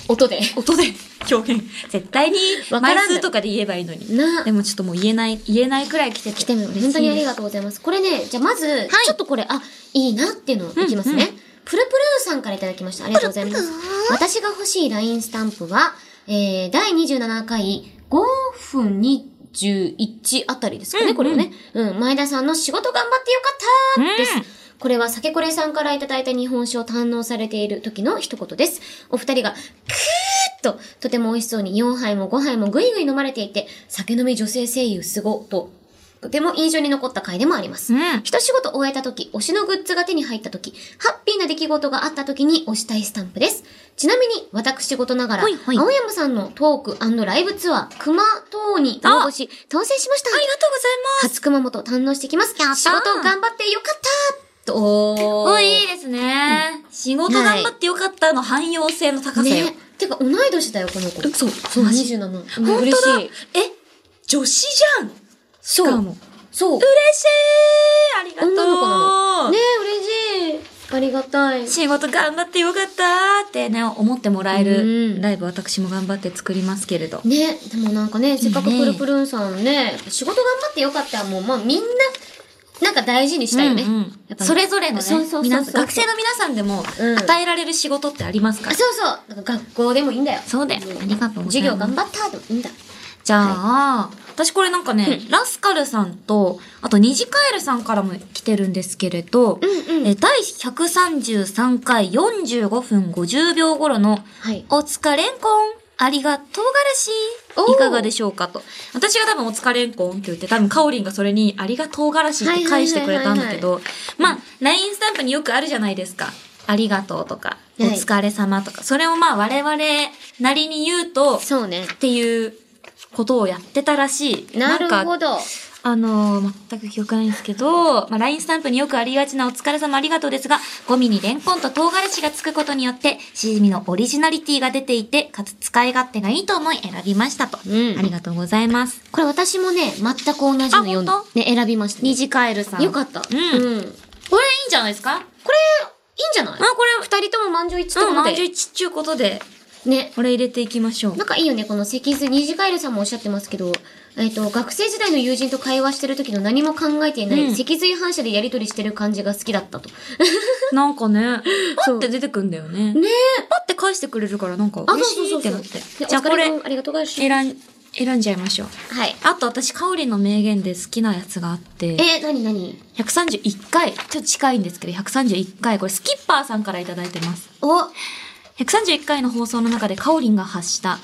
[SPEAKER 3] 音で
[SPEAKER 2] 音で表現。絶対に
[SPEAKER 3] わから
[SPEAKER 2] 枚
[SPEAKER 3] んの
[SPEAKER 2] 数とかで言えばいいのに。
[SPEAKER 3] な
[SPEAKER 2] でもちょっともう言えない、言えないくらい来てて。
[SPEAKER 3] 来てみよう本当にあり
[SPEAKER 2] が
[SPEAKER 3] がとうございますこれねじゃあまず、ちょっとこれあいいなっていうのいきますね、
[SPEAKER 2] うんうん
[SPEAKER 3] プルプルーさんからいただきましたありがとうございます私が欲しい LINE スタンプは、えー、第27回5分21あたりですか
[SPEAKER 2] う
[SPEAKER 3] ね、
[SPEAKER 2] んうん
[SPEAKER 3] これはね。うん、前田さんの仕事頑張ってよかったです。
[SPEAKER 2] うん
[SPEAKER 3] これは酒これさんからいただいた日本酒を堪能されている時の一言です。お二人が、くーっと、とても美味しそうに4杯も5杯もぐいぐい飲まれていて、酒飲み女性声優すご、と、とても印象に残った回でもあります。
[SPEAKER 2] うん
[SPEAKER 3] 一仕事終えた時、推しのグッズが手に入った時、ハッピーな出来事があった時に推したいスタンプです。ちなみに、私事ながら、
[SPEAKER 2] はいはい
[SPEAKER 3] 青山さんのトークライブツアー、熊等に応募し、当選しました。ありがとうございます。初熊本堪能してきます。
[SPEAKER 2] やったー
[SPEAKER 3] 仕事頑張ってよかったと、お
[SPEAKER 2] おいいですね、仕事頑張ってよかったの汎用性の高さよ。
[SPEAKER 3] ね。てか、同い年だよ、この子。
[SPEAKER 2] そう、
[SPEAKER 3] そう、
[SPEAKER 2] マジ
[SPEAKER 3] 27。本
[SPEAKER 2] 本
[SPEAKER 3] 嬉
[SPEAKER 2] 当だ
[SPEAKER 3] し
[SPEAKER 2] え
[SPEAKER 3] い。、
[SPEAKER 2] 女子じゃんし
[SPEAKER 3] そう
[SPEAKER 2] かも。
[SPEAKER 3] そう。
[SPEAKER 2] 嬉しいありがとう
[SPEAKER 3] 女の子なの。ね嬉しい。ありがたい。
[SPEAKER 2] 仕事頑張ってよかったってね、思ってもらえ
[SPEAKER 3] う
[SPEAKER 2] る
[SPEAKER 3] ん
[SPEAKER 2] ライブ私も頑張って作りますけれど。
[SPEAKER 3] ね、でもなんかね、せっかく
[SPEAKER 2] ね
[SPEAKER 3] プルプルンさんね、仕事頑張ってよかったらもう、まあみんな、なんか大事にしたいよね。
[SPEAKER 2] うんうん
[SPEAKER 3] やっぱね
[SPEAKER 2] それぞれのね
[SPEAKER 3] そうそうそうそう
[SPEAKER 2] 皆さん学生の皆さんでも
[SPEAKER 3] うん
[SPEAKER 2] 与えられる仕事ってありますか
[SPEAKER 3] あ
[SPEAKER 2] ら。
[SPEAKER 3] そうそう。なんか学校でもいいんだよ。
[SPEAKER 2] そうだよありがとうございます
[SPEAKER 3] 授業頑張ったでもいいんだ。
[SPEAKER 2] じゃあ、私これなんかね、ラスカルさんと、あとニジカエルさんからも来てるんですけれど、
[SPEAKER 3] うんうん
[SPEAKER 2] え第133回45分50秒頃の、
[SPEAKER 3] はい
[SPEAKER 2] お疲れんこん、ありがとうがらし
[SPEAKER 3] おー
[SPEAKER 2] いかがでしょうかと。私が多分お疲れんこんって言って、多分カオリンがそれにありがとうがらしって返してくれたんだけど、まあ、LINE スタンプによくあるじゃないですか。ありがとうとか、お
[SPEAKER 3] はい
[SPEAKER 2] 疲れ様とか、それをまあ我々なりに言うと、
[SPEAKER 3] そうね
[SPEAKER 2] っ。ていうことをやってたらしい。
[SPEAKER 3] なるほ
[SPEAKER 2] んか
[SPEAKER 3] ど。
[SPEAKER 2] あのー全く記憶ないんですけど、まあ、LINE スタンプによくありがちなお疲れ様ありがとうですが、ゴミにレンコンと唐辛子がつくことによって、しじみのオリジナリティが出ていて、かつ使い勝手がいいと思い選びましたと。
[SPEAKER 3] うん
[SPEAKER 2] ありがとうございます。
[SPEAKER 3] これ私もね、全く同じの読ん
[SPEAKER 2] あ
[SPEAKER 3] だ
[SPEAKER 2] 本。
[SPEAKER 3] ね、選びました、ね。
[SPEAKER 2] 虹カエルさん。
[SPEAKER 3] よかった。
[SPEAKER 2] うん。これいいん
[SPEAKER 3] うん。これ、いいん
[SPEAKER 2] じゃないですか
[SPEAKER 3] じゃない
[SPEAKER 2] あ、これ、
[SPEAKER 3] 二人とも満場一致
[SPEAKER 2] うん、
[SPEAKER 3] とか
[SPEAKER 2] 満
[SPEAKER 3] で
[SPEAKER 2] 場。一致っちゅうことで、
[SPEAKER 3] ね。
[SPEAKER 2] これ入れていきましょう。
[SPEAKER 3] なんかいいよね、この脊髄、ニジカエルさんもおっしゃってますけど、えっ、と、学生時代の友人と会話してる時の何も考えていない、
[SPEAKER 2] うん
[SPEAKER 3] 脊髄反射でやりとりしてる感じが好きだったと。
[SPEAKER 2] なんかね、パ
[SPEAKER 3] そう
[SPEAKER 2] って出てくんだよね。
[SPEAKER 3] ね
[SPEAKER 2] パって返してくれるから、なんか嬉しいってなって。
[SPEAKER 3] で
[SPEAKER 2] じゃあ
[SPEAKER 3] お疲
[SPEAKER 2] これ、
[SPEAKER 3] 様ありがとうございます。
[SPEAKER 2] 選ん、選んじゃいましょう。
[SPEAKER 3] はい。
[SPEAKER 2] あと私、カオリンの名言で好きなやつがあって、
[SPEAKER 3] えー、なになに
[SPEAKER 2] 131回、ちょっと近いんですけど、131回、これスキッパーさんからいただいてます。
[SPEAKER 3] お、うん。
[SPEAKER 2] 131回の放送の中でカオリンが発した、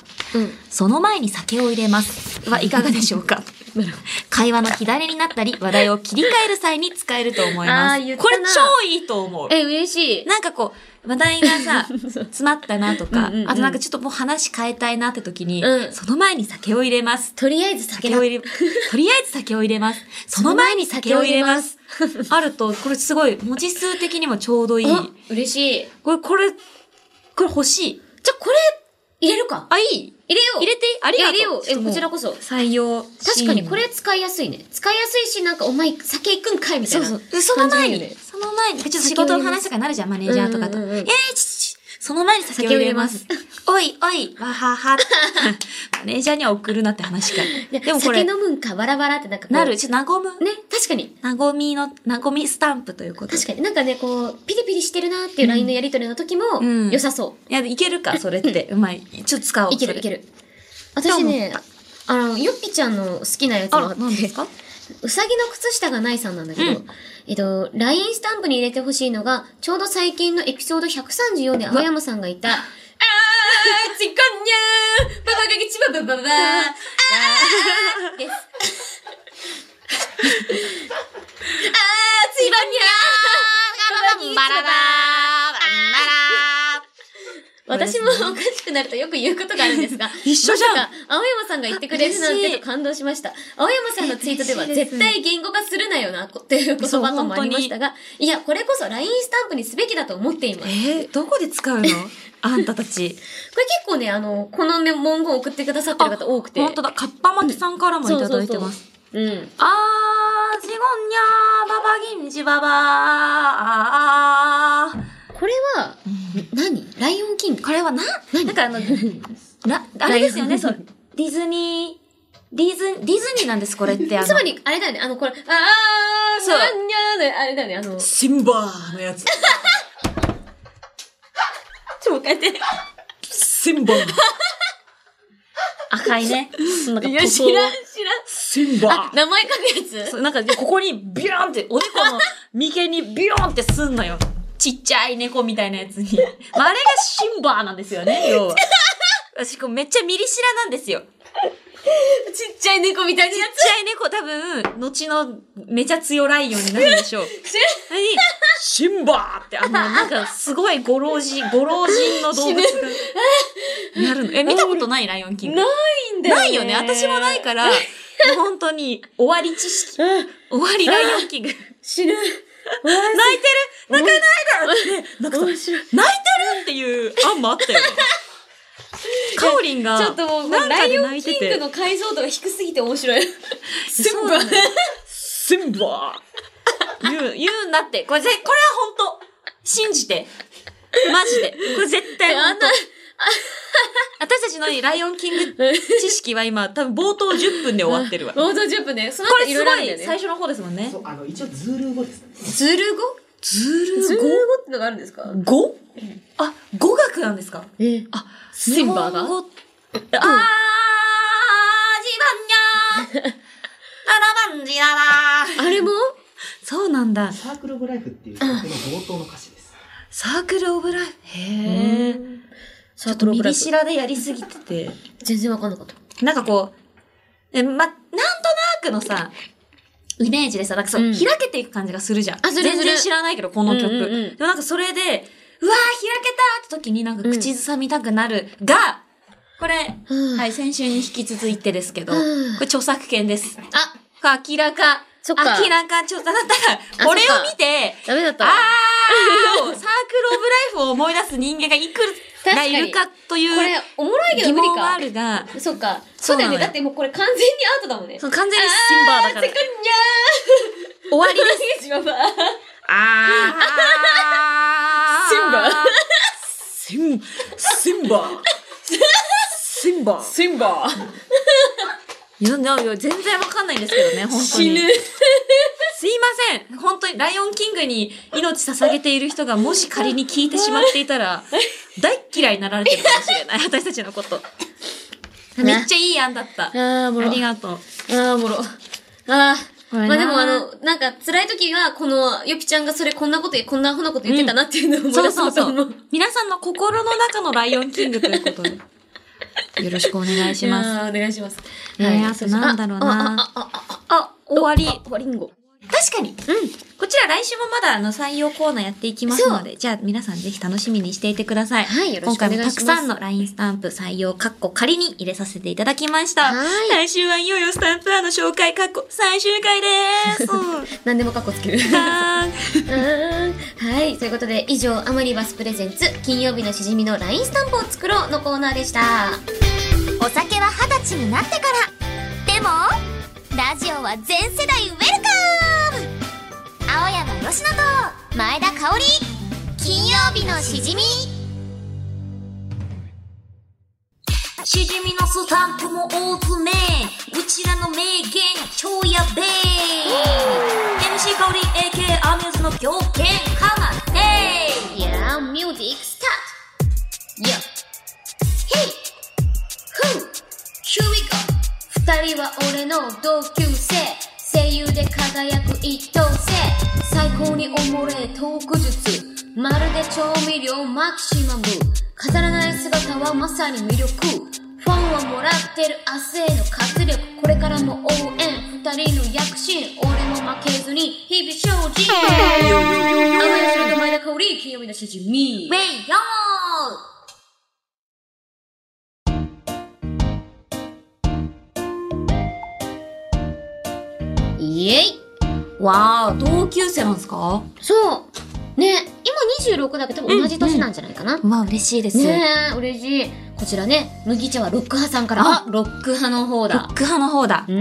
[SPEAKER 2] その前に酒を入れます。はいかがでしょう か会話の火種になったり、話題を切り替える際に使えると思いま
[SPEAKER 3] あー言
[SPEAKER 2] す。
[SPEAKER 3] ったな
[SPEAKER 2] これ超いいと思う。
[SPEAKER 3] え、嬉しい。
[SPEAKER 2] なんかこう、話題が さ、詰まったなとか
[SPEAKER 3] うんうんう、ん
[SPEAKER 2] あとなんかちょっともう話変えたいなって時に
[SPEAKER 3] う、ん
[SPEAKER 2] その前に酒を入れます。
[SPEAKER 3] とりあえず
[SPEAKER 2] 酒
[SPEAKER 3] 酒だ
[SPEAKER 2] を。 入れ、とりあえず酒を入れます。その前に酒を入れます。あると、これすごい、文字数的にもちょうどいい。
[SPEAKER 3] あ嬉しい。
[SPEAKER 2] これ、これ、これ欲しい。
[SPEAKER 3] じゃ、これ、入れるか
[SPEAKER 2] あ、いい
[SPEAKER 3] 入れよう。
[SPEAKER 2] 入れていいありがとう。
[SPEAKER 3] いや入れよう。え、こちら
[SPEAKER 2] こ
[SPEAKER 3] こそ。
[SPEAKER 2] 採用。
[SPEAKER 3] 確かにこれ使いやすいね。使いやすいし、なんかお前酒行くんかいみた
[SPEAKER 2] シー
[SPEAKER 3] い
[SPEAKER 2] ン、
[SPEAKER 3] な。
[SPEAKER 2] そうそう。その前
[SPEAKER 3] 感じいいよ
[SPEAKER 2] に、
[SPEAKER 3] ね
[SPEAKER 2] その前に、ちょっと仕事の話とかになるじゃん、マネージャーとかと。
[SPEAKER 3] うんうんうん
[SPEAKER 2] えー、ちちちその前に酒を入れます。おいおい、わは は。マネージャーには送るなって話か。
[SPEAKER 3] ね
[SPEAKER 2] でもこれ
[SPEAKER 3] 酒、飲むんか、バラバラってなんかこう
[SPEAKER 2] なる。。ちょっと和む。
[SPEAKER 3] ね、確かに。
[SPEAKER 2] 和みの、和みスタンプということで。
[SPEAKER 3] 確かになんかね、こう、ピリピリしてるなっていう LINE のやりとりの時も
[SPEAKER 2] うん、
[SPEAKER 3] 良さそ
[SPEAKER 2] いや、いけるか、それって。うまい。ちょっと使お
[SPEAKER 3] う。
[SPEAKER 2] う。
[SPEAKER 3] いけるいけ
[SPEAKER 2] る。
[SPEAKER 3] る。私ね、あの、ヨッピちゃんの好きなやつもあ
[SPEAKER 2] あ
[SPEAKER 3] っ
[SPEAKER 2] ら、
[SPEAKER 3] て
[SPEAKER 2] 何ですか
[SPEAKER 3] うさぎの靴下がないさんなんだけど、
[SPEAKER 2] うん
[SPEAKER 3] えっと、LINE スタンプに入れてほしいのが、ちょうど最近のエピソード134で青山さんがいた、あー、ちこんにゃー、ばばがきちばばばばー、です。あー、ちばにゃー、ばばばば私もおかしくなるとよく言うことがあるんですが、
[SPEAKER 2] 一緒じゃん
[SPEAKER 3] まさか青山さんが言ってくれるなんてと感動しました。青山さんのツイートでは、
[SPEAKER 2] 嬉しいです
[SPEAKER 3] 絶対言語化するなよな、っていう言葉ともありましたが、いや、これこそ LINE スタンプにすべきだと思っています。これ結
[SPEAKER 2] えー、どこで使 うのあんたたち。
[SPEAKER 3] 構ね、あの、この文言を送ってくださってる方多くて。
[SPEAKER 2] 本当だ、カッパ巻きさんからもいただいてます。
[SPEAKER 3] そうそうそう。うん。
[SPEAKER 2] あー、ジゴンニャー、ババギンジババー、あ
[SPEAKER 3] これは、何ライオンキング
[SPEAKER 2] ー。これはな、なん かあの、な、あれですよね、そう。ディズニー、ディズ、ディズニーなんです、これって。あの
[SPEAKER 3] つまり、あれだよね、あの、これ、あー、
[SPEAKER 2] そう
[SPEAKER 3] なんにゃーの、あれだよね、あの、
[SPEAKER 2] シンバーのやつ。
[SPEAKER 3] ちょ、もう一回やって。
[SPEAKER 2] シンバー。 赤いね。なんか
[SPEAKER 3] い
[SPEAKER 2] こ
[SPEAKER 3] や、
[SPEAKER 2] こ
[SPEAKER 3] 知らん、知らん。
[SPEAKER 2] シンバ
[SPEAKER 3] あ、名前書くやつ
[SPEAKER 2] ー。なんかここにビューンって、おでこの眉間にビューンってすんのよ。ちっちゃい猫みたいなやつに。まあ、あれがシンバーなんですよね、要は。私、こうめっちゃミリシラなんですよ。
[SPEAKER 3] ちっちゃい猫みたいなや
[SPEAKER 2] ちっちゃい猫多分、後のめちゃ強ライオンになるんでしょう。
[SPEAKER 3] つ。知らん
[SPEAKER 2] それに、シンバーって、あの、なんかすごいご老人、ご老人の動物が、なるの。え、見たことないライオンキング。
[SPEAKER 3] ないんだよね。
[SPEAKER 2] ないよね。私もないから、本当に、終わり知識。
[SPEAKER 3] うん。
[SPEAKER 2] 終わりライオンキング。泣い
[SPEAKER 3] 死ぬ。
[SPEAKER 2] てる泣かないだろって、なんかさ
[SPEAKER 3] 面白い。
[SPEAKER 2] 泣いてるっていう案もあ ったよ。カオリンが、
[SPEAKER 3] ちょっともう、
[SPEAKER 2] なん
[SPEAKER 3] ラ
[SPEAKER 2] か
[SPEAKER 3] イ
[SPEAKER 2] で
[SPEAKER 3] オ
[SPEAKER 2] 泣
[SPEAKER 3] ン
[SPEAKER 2] いて
[SPEAKER 3] キング
[SPEAKER 2] て。
[SPEAKER 3] の解像度が低すぎて面白い。
[SPEAKER 2] シンバシンバ言う、言うんだって。これぜ、これは本当信じて。マジで。これ絶対
[SPEAKER 3] あ
[SPEAKER 2] 本
[SPEAKER 3] ん
[SPEAKER 2] 当
[SPEAKER 3] な、
[SPEAKER 2] 私たちのライオンキ ング知識は今、多分冒頭10分で終わってるわ。こ
[SPEAKER 3] 冒頭10分ね。その後
[SPEAKER 2] れ
[SPEAKER 3] い
[SPEAKER 2] す
[SPEAKER 3] ろいろ
[SPEAKER 2] ご
[SPEAKER 3] あるんだよ
[SPEAKER 2] い
[SPEAKER 3] ね。
[SPEAKER 2] 最初の方ですもんね
[SPEAKER 5] そ。うあの一応ズール語ですね
[SPEAKER 3] ズル語
[SPEAKER 2] ズー
[SPEAKER 3] ズ
[SPEAKER 2] ル
[SPEAKER 3] ル
[SPEAKER 2] 語
[SPEAKER 3] 語ってのがあるんですか
[SPEAKER 2] 語あ、語学なんですか
[SPEAKER 3] え
[SPEAKER 2] あ、
[SPEAKER 3] シンバーが
[SPEAKER 2] 日本語あー、ジバンニャー。 ララバンジララー。
[SPEAKER 3] あれも
[SPEAKER 2] そうなんだ。
[SPEAKER 5] サークル・オブ・ライフっていう曲の冒頭の歌詞です
[SPEAKER 2] サークルオブライフ。へー。ちょっとミリシラでやりすぎてて。
[SPEAKER 3] 全然わかんなかった。
[SPEAKER 2] なんかこう、えま、なんとなくのさ、イメージでさ、なんかそう、
[SPEAKER 3] うん
[SPEAKER 2] 開けていく感じがするじゃん。
[SPEAKER 3] あする
[SPEAKER 2] 全
[SPEAKER 3] す
[SPEAKER 2] 然
[SPEAKER 3] る
[SPEAKER 2] 知らないけど、この曲。
[SPEAKER 3] うんうんうん
[SPEAKER 2] でもなんかそれで、うわー、開けたって時になんか口ずさみたくなるが、これ、
[SPEAKER 3] うん
[SPEAKER 2] はい、先週に引き続いてですけど、こ
[SPEAKER 3] うん
[SPEAKER 2] れ著作権です。
[SPEAKER 3] あ、
[SPEAKER 2] 明らか、
[SPEAKER 3] そっか
[SPEAKER 2] 明らか著作だった
[SPEAKER 3] あ
[SPEAKER 2] ら、これ
[SPEAKER 3] そっ
[SPEAKER 2] を
[SPEAKER 3] か
[SPEAKER 2] 見て、
[SPEAKER 3] ダメだっ
[SPEAKER 2] あ
[SPEAKER 3] たわ。
[SPEAKER 2] ーサークルオブライフを思い出す人間がいくらがいるかとい
[SPEAKER 3] これ
[SPEAKER 2] う、
[SPEAKER 3] おもろいけど
[SPEAKER 2] 疑
[SPEAKER 3] 無理
[SPEAKER 2] 問は
[SPEAKER 3] か
[SPEAKER 2] あ。るが、
[SPEAKER 3] そっか。
[SPEAKER 2] そ
[SPEAKER 3] そ
[SPEAKER 2] う
[SPEAKER 3] うだ
[SPEAKER 2] な
[SPEAKER 3] よ
[SPEAKER 2] の
[SPEAKER 3] ね。
[SPEAKER 2] よ
[SPEAKER 3] だってもうこれ完全にアウトだもんね。
[SPEAKER 2] その完全にシンバーだから
[SPEAKER 3] あー、。ち
[SPEAKER 2] 終わりです。
[SPEAKER 3] くにゃー。違うわ
[SPEAKER 2] あ
[SPEAKER 3] シン
[SPEAKER 2] シ
[SPEAKER 3] バ
[SPEAKER 2] ン、シンバシンバ
[SPEAKER 3] シンバー。
[SPEAKER 2] いや、いやいや全然わかんないんですけどね、本当に。
[SPEAKER 3] 死ぬ。
[SPEAKER 2] すいません。本当に、ライオンキングに命捧げている人が、もし仮に聞いてしまっていた ら、大っ嫌いになられてるかもしれ ない。私たちのこと。めっちゃいい案だった。あ
[SPEAKER 3] あー、もう。
[SPEAKER 2] りがとう。
[SPEAKER 3] ああ、おもろ。ああ。
[SPEAKER 2] これ
[SPEAKER 3] ま
[SPEAKER 2] な
[SPEAKER 3] あでもあの、なんか辛い時は、この、よぴちゃんがそれこんなこと、こんなアホなこと言ってたなっていうのを思い
[SPEAKER 2] そ
[SPEAKER 3] 出
[SPEAKER 2] う
[SPEAKER 3] す
[SPEAKER 2] そう
[SPEAKER 3] こ
[SPEAKER 2] そ
[SPEAKER 3] とも。
[SPEAKER 2] う。皆さんの心の中のライオンキングということで。 よろしくお願いします。
[SPEAKER 3] す。お願いします。
[SPEAKER 2] えーあとなんだろうな
[SPEAKER 3] あ、あ、あ、
[SPEAKER 2] あ、
[SPEAKER 3] あ、
[SPEAKER 2] 終わり。
[SPEAKER 3] あ、リンゴ。
[SPEAKER 2] 確かに。うん。こちら来週もまだあの採用コーナーやっていきますので、じゃあ皆さんぜひ楽しみにしていてください。
[SPEAKER 3] はいよろしくお願いします
[SPEAKER 2] 今回もたくさんの LINE スタンプ採用カッコ仮に入れさせていただきました。
[SPEAKER 3] はい
[SPEAKER 2] 来週はいよいよスタンプアーの紹介カッコ最終回で ーす
[SPEAKER 3] 何でもカッコつける。
[SPEAKER 2] はーい。
[SPEAKER 3] はい。ということで、以上、アマリバスプレゼンツ、金曜日のしじみの LINE スタンプを作ろうのコーナーでした。
[SPEAKER 4] お酒は二十歳になってからでもラジオは全世代ウェルカム青山佳乃と前田香織金曜日のしじみ
[SPEAKER 2] しじみのスタンプも大詰めうちらの名言超やべ え MC 香り AK アミューズの狂犬かまって
[SPEAKER 3] Yeah, music start! Yeah! Hey! Who? Here we go! 二人は俺の同級生声優輝く一等星最高におもれトーク術まるで調味料マキシマム飾らない姿はまさに魅力ファンはもらってる明日への活力これからも応援二人の躍進俺も負けずに日々精進雨の白の前田香織金曜日のしじみ
[SPEAKER 2] ウェイヨ
[SPEAKER 3] イエイ
[SPEAKER 2] ーわあ、同級生なんですか
[SPEAKER 3] そう。ね、今26だけど多分同じ年なんじゃないかな。
[SPEAKER 2] まあ嬉しいです。
[SPEAKER 3] ねえ、嬉しい。こちらね、麦茶はロック派さんから、
[SPEAKER 2] あ
[SPEAKER 3] あ、ロック派の方
[SPEAKER 2] ロッ
[SPEAKER 3] だ。
[SPEAKER 2] ク派の方だ
[SPEAKER 3] う。ん、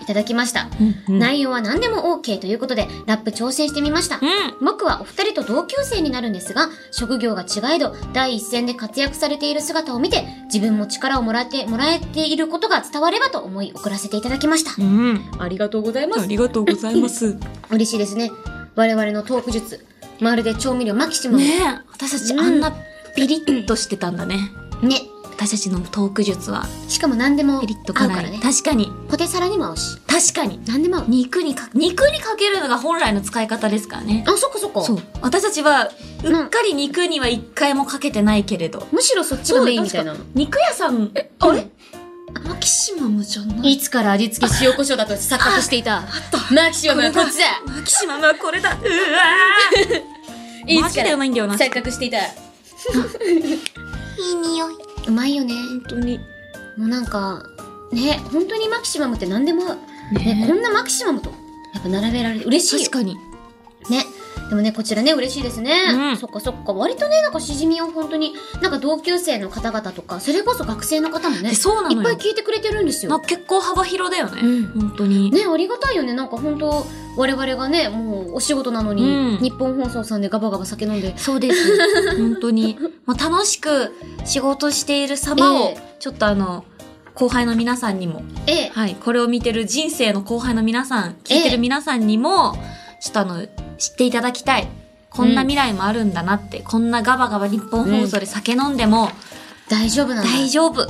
[SPEAKER 3] いただきました。
[SPEAKER 2] うんうん
[SPEAKER 3] 内容は何でも OK ということで、ラップ挑戦してみました。
[SPEAKER 2] うん。
[SPEAKER 3] 僕はお二人と同級生になるんですが、職業が違えど、第一線で活躍されている姿を見て、自分も力をもらって、もらえていることが伝わればと思い送らせていただきました。
[SPEAKER 2] うん。
[SPEAKER 3] ありがとうござい
[SPEAKER 2] ありがとうございます。ね
[SPEAKER 3] 嬉しいですね。我々のトーク術、まるで調味料マキシマム。
[SPEAKER 2] え、私たちあんなピリッとしてたんだね。
[SPEAKER 3] ね
[SPEAKER 2] 私たちのトーク術は
[SPEAKER 3] しかも何でも合
[SPEAKER 2] ピリッと
[SPEAKER 3] う
[SPEAKER 2] か
[SPEAKER 3] か
[SPEAKER 2] ない。
[SPEAKER 3] らね
[SPEAKER 2] 確かに。
[SPEAKER 3] ポテサラにも合うし
[SPEAKER 2] 確かに。
[SPEAKER 3] 何でも合う
[SPEAKER 2] 肉にか、肉にかけるのが本来の使い方ですからね。
[SPEAKER 3] あそっかそっか
[SPEAKER 2] そう。私たちは、うっかり肉には一回もかけてないけれど。
[SPEAKER 3] むしろそっちがメインみたい
[SPEAKER 2] そ
[SPEAKER 3] な
[SPEAKER 2] う確か肉屋さん、え、あれマキシマムじゃない。
[SPEAKER 3] いつから味付け塩コショウだと錯覚していたマキシマムはこっちだ
[SPEAKER 2] マキシマムはこれだ。うわー。マジでうまいんだよな。
[SPEAKER 3] 錯覚していた
[SPEAKER 4] いい匂い。
[SPEAKER 3] うまいよね
[SPEAKER 2] 本当に。
[SPEAKER 3] もうなんかね本当にマキシマムって何でも合う、ね、こんなマキシマムとやっぱ並べられて嬉しいよ
[SPEAKER 2] 確かに。
[SPEAKER 3] ね。でもね、こちらね、嬉しいですね。
[SPEAKER 2] うん
[SPEAKER 3] そっかそっか。割とね、なんかしじみを本当に、なんか同級生の方々とか、それこそ学生の方もね、
[SPEAKER 2] えそうなのよ
[SPEAKER 3] いっぱい聞いてくれてるんですよ。
[SPEAKER 2] まあ、結構幅広だよね。
[SPEAKER 3] うん
[SPEAKER 2] 本当に。
[SPEAKER 3] ね、ありがたいよね。なんか本当我々がね、もうお仕事なのに、
[SPEAKER 2] うん
[SPEAKER 3] 日本放送さんでガバガバ酒飲んで、
[SPEAKER 2] そうです。 本当に。まあ、楽しく仕事している様を、
[SPEAKER 3] え
[SPEAKER 2] ちょっとあの、後輩の皆さんにも、
[SPEAKER 3] ええ、
[SPEAKER 2] はい、これを見てる人生の後輩の皆さん、聞いてる皆さんにも、ちょっとあの、知っていただきたい。こんな未来もあるんだなって、こんなガバガバ日本放送で酒飲んでも
[SPEAKER 3] 大丈夫なんだ。
[SPEAKER 2] 大丈夫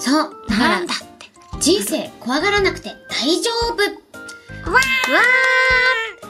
[SPEAKER 3] そう。だか
[SPEAKER 2] なん
[SPEAKER 3] ら
[SPEAKER 2] だ、って。
[SPEAKER 3] 人生怖がらなくて大丈夫わ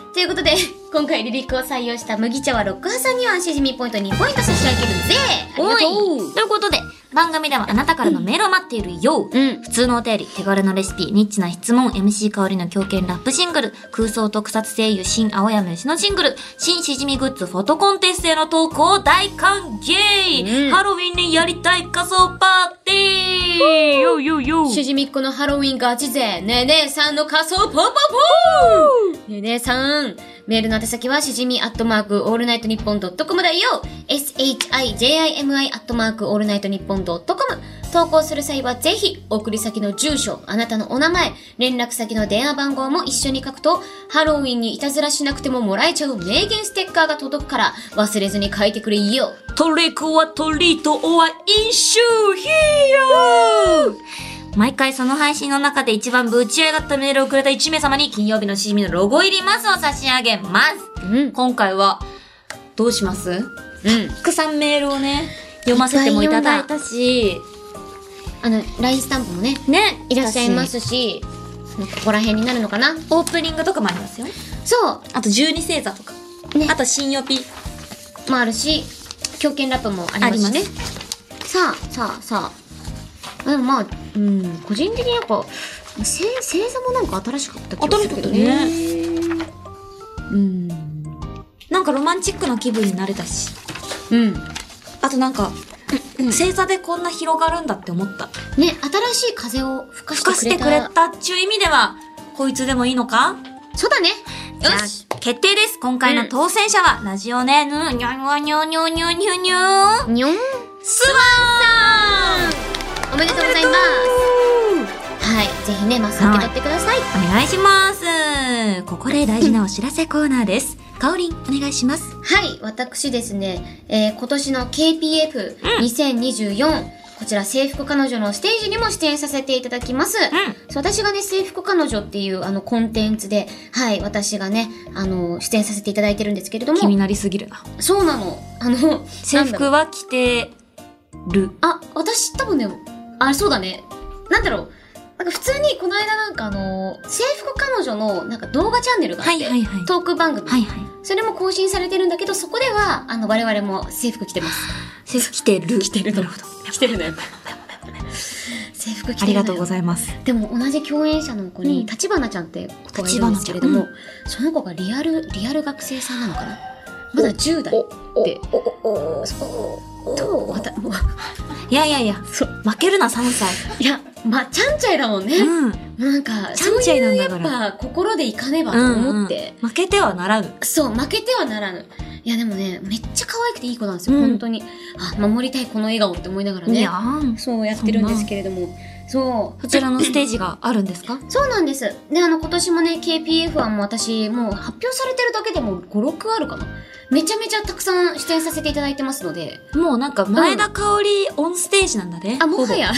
[SPEAKER 3] ーということで、今回リリックを採用した麦茶はロック派さんにはしじみポイント2ポイント差し上げるぜ
[SPEAKER 2] おい
[SPEAKER 3] ありがとう
[SPEAKER 2] ということで、番組ではあなたからのメールを待っているよ、
[SPEAKER 3] うん
[SPEAKER 2] 普通のお便り、手軽なレシピ、ニッチな質問、MC 香りの狂犬ラップシングル、空想特撮声優、新青山よしのシングル、新しじみグッズ、フォトコンテストへの投稿大歓迎、
[SPEAKER 3] うん
[SPEAKER 2] ハロウィンにやりたい仮想パーティーよよよ
[SPEAKER 3] しじみっこのハロウィンガチ勢、ねえねえさんの仮想ポンポンポンねえねえさん、メールの宛先はしじみアットマークオールナイトニッポンドットコムだよ !shijimi アットマークオールナイトニッポンドットコム投稿する際はぜひ、送り先の住所、あなたのお名前、連絡先の電話番号も一緒に書くと、ハロウィンにいたずらしなくてももらえちゃう名言ステッカーが届くから、忘れずに書いてくれよ
[SPEAKER 2] トリックはトリートオアインシューヒーロー毎回その配信の中で一番ぶち上がったメールをくれた1名様に金曜日のしじみのロゴ入りマスを差し上げます。
[SPEAKER 3] うん。うん。
[SPEAKER 2] 今回はどうしますたくさんメールをね、読ませてもいただいたし、
[SPEAKER 3] あの、LINE スタンプもね、
[SPEAKER 2] ね、
[SPEAKER 3] いらっしゃいま
[SPEAKER 2] だし。
[SPEAKER 3] すし、ここら辺になるのかな
[SPEAKER 2] オープニングとかもありますよ。
[SPEAKER 3] そ
[SPEAKER 2] あと十二星座とか。
[SPEAKER 3] ね
[SPEAKER 2] あと新予備
[SPEAKER 3] うもあるし、狂犬ラップもあ
[SPEAKER 2] あ
[SPEAKER 3] り
[SPEAKER 2] り
[SPEAKER 3] ま
[SPEAKER 2] ますす
[SPEAKER 3] ね
[SPEAKER 2] ね。。
[SPEAKER 3] さあ、さあ、さあ。でもまあ、うん、個人的にやっぱ、せ星座もなんか新しかった気がするけど
[SPEAKER 2] 新
[SPEAKER 3] ね。うん。
[SPEAKER 2] なんかロマンチックな気分になれたし。
[SPEAKER 3] うん。
[SPEAKER 2] あとなんか、星座でこんな広がるんだって思った。
[SPEAKER 3] ね、新しい風を吹か
[SPEAKER 2] 吹か
[SPEAKER 3] し
[SPEAKER 2] せ
[SPEAKER 3] て
[SPEAKER 2] て
[SPEAKER 3] く
[SPEAKER 2] く
[SPEAKER 3] れ
[SPEAKER 2] れ
[SPEAKER 3] た。
[SPEAKER 2] たっちゅう意味では、こいつでもいいのか
[SPEAKER 3] そうだね。
[SPEAKER 2] じゃ
[SPEAKER 3] よし。
[SPEAKER 2] あ決定です今回の当選者は、ラジオネーム、にょにょにょにょにょにょ
[SPEAKER 3] にょん。
[SPEAKER 2] スワン
[SPEAKER 3] おめでとうございます。はい。ぜひね、マスク受け取ってください。
[SPEAKER 2] お願いしますここで大事なお知らせコーナーです。かおりん、お願いします。
[SPEAKER 3] はい、私ですね、えー今年の KPF2024、こちら制服彼女のステージにも出演させていただきます。
[SPEAKER 2] ん
[SPEAKER 3] そう私がね、制服彼女っていうあのコンテンツで、はい、私がね、あの、出演させていただいてるんですけれども、
[SPEAKER 2] 気になりすぎるな。
[SPEAKER 3] そうなの。あの、
[SPEAKER 2] 制
[SPEAKER 3] なんだろ
[SPEAKER 2] 服
[SPEAKER 3] う
[SPEAKER 2] は着てる。
[SPEAKER 3] あ、私多分ね、あ、そうだね。なんだろう。なんか普通にこの間なんかあの制服彼女のなんか動画チャンネルがあっ
[SPEAKER 2] は
[SPEAKER 3] て、
[SPEAKER 2] いはいはい。
[SPEAKER 3] トーク番組、
[SPEAKER 2] はいはい。
[SPEAKER 3] それも更新されてるんだけどそこではあの我々も制服着てます
[SPEAKER 2] 制服着てる。着てる。なるほど。
[SPEAKER 3] 着てるのよ制服着てるのよ
[SPEAKER 2] ありがとうございます。
[SPEAKER 3] でも同じ共演者の子
[SPEAKER 2] うん
[SPEAKER 3] に立花、ちゃんって子がいるんですけれども、その子がリアルリアル学生さんなのかなまだ10代ってとわたもう
[SPEAKER 2] いやいやいや、
[SPEAKER 3] そう
[SPEAKER 2] 負けるな、3歳。
[SPEAKER 3] いやまあちゃんちゃいだもんね、
[SPEAKER 2] うん。
[SPEAKER 3] なんか
[SPEAKER 2] ちゃんちゃいなんだ
[SPEAKER 3] そ
[SPEAKER 2] か
[SPEAKER 3] う
[SPEAKER 2] ら
[SPEAKER 3] いうやっぱ心でいかねばと思って、
[SPEAKER 2] うんうん負けてはならぬ。
[SPEAKER 3] そう負けてはならぬいやでもねめっちゃ可愛くていい子なんですよ、
[SPEAKER 2] うん
[SPEAKER 3] 本当にあ守りたいこの笑顔って思いながら
[SPEAKER 2] い
[SPEAKER 3] ね
[SPEAKER 2] やん。
[SPEAKER 3] そうやってるんですけれどもそう
[SPEAKER 2] そちらのステージがあるんですか
[SPEAKER 3] そうなんです。で、あの、今年もね、KPF はもう私、もう発表されてるだけでも5、6あるかな。めちゃめちゃたくさん出演させていただいてますので。
[SPEAKER 2] もうなんか前田香織オンステージなんだね。
[SPEAKER 3] あ、もはや。 もは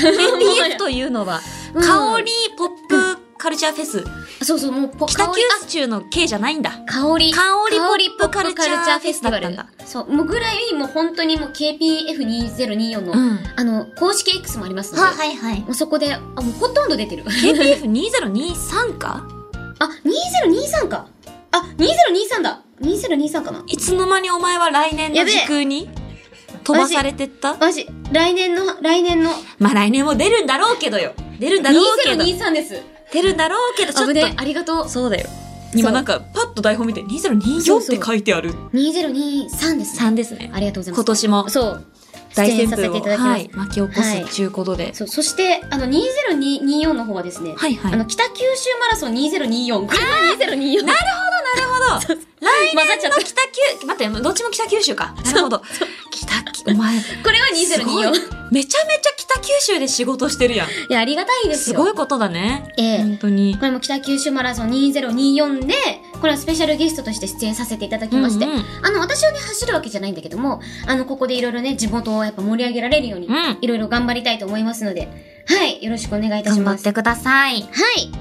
[SPEAKER 2] KPF
[SPEAKER 3] や
[SPEAKER 2] というのは、
[SPEAKER 3] うん
[SPEAKER 2] 香りポップカルチャーフェス。
[SPEAKER 3] そうそう、もうポ、
[SPEAKER 2] 北
[SPEAKER 3] 香
[SPEAKER 2] 九
[SPEAKER 3] り
[SPEAKER 2] 州の K じゃないんだ。
[SPEAKER 3] あ香り。
[SPEAKER 2] 香りポップ
[SPEAKER 3] 香り
[SPEAKER 2] カルチャーフェスだったんだ
[SPEAKER 3] カルチャーフェスティバルそう、もうぐらい、もう本当にもう KPF2024 の、
[SPEAKER 2] ん。は
[SPEAKER 3] あの、公式 X もありますので。
[SPEAKER 2] いはい。
[SPEAKER 3] もうそこで、あ、もうほとんど出てる。
[SPEAKER 2] KPF2023 か
[SPEAKER 3] あ、2023か。あ、2023だ。2023かな。
[SPEAKER 2] いつの間にお前は来年の時空に飛ばされてった
[SPEAKER 3] 私、来年の、来年の、
[SPEAKER 2] まあ来年も出るんだろうけどよ。出るんだろうけど。
[SPEAKER 3] 2023です。
[SPEAKER 2] 出るんだろうけど、ちょっ
[SPEAKER 3] 危
[SPEAKER 2] と。
[SPEAKER 3] ねありがとう。
[SPEAKER 2] そうだよ。今なんかパッと台本見て2024って書いてある。
[SPEAKER 3] 2023です、ね。
[SPEAKER 2] ですね。
[SPEAKER 3] ありがとうございます。
[SPEAKER 2] 今年も
[SPEAKER 3] そう。
[SPEAKER 2] 大旋
[SPEAKER 3] 出演させ
[SPEAKER 2] 風
[SPEAKER 3] てい
[SPEAKER 2] を、
[SPEAKER 3] ただきます
[SPEAKER 2] はい、巻き起こすっていうことで。
[SPEAKER 3] そう、そして、あの、2024の方はですね、
[SPEAKER 2] はいはい。
[SPEAKER 3] あの、北九州マラソン2024。これが2024。なる
[SPEAKER 2] なるほど。来
[SPEAKER 3] 混ざっち
[SPEAKER 2] 年
[SPEAKER 3] ゃ
[SPEAKER 2] の
[SPEAKER 3] った
[SPEAKER 2] 北九、待って、どっちも北九州か。なるほど。北九、お前。
[SPEAKER 3] これは
[SPEAKER 2] すごい
[SPEAKER 3] 2024。い
[SPEAKER 2] めちゃめちゃ北九州で仕事してるやん。
[SPEAKER 3] や、ありがたいです
[SPEAKER 2] す
[SPEAKER 3] よ。
[SPEAKER 2] ごいことだね。
[SPEAKER 3] ええ
[SPEAKER 2] 本当に
[SPEAKER 3] こ。れも北九州マラソン2024で、これはスペシャルゲストとして出演させていただきまして、
[SPEAKER 2] うんうん
[SPEAKER 3] あの、私はね、走るわけじゃないんだけども、あの、ここでいろいろね、地元をやっぱ盛り上げられるように、
[SPEAKER 2] うん
[SPEAKER 3] いろいろ頑張りたいと思いますので、はい、よろしくお願いいたし
[SPEAKER 2] 頑張
[SPEAKER 3] ま
[SPEAKER 2] っ
[SPEAKER 3] す。
[SPEAKER 2] てください。
[SPEAKER 3] はい。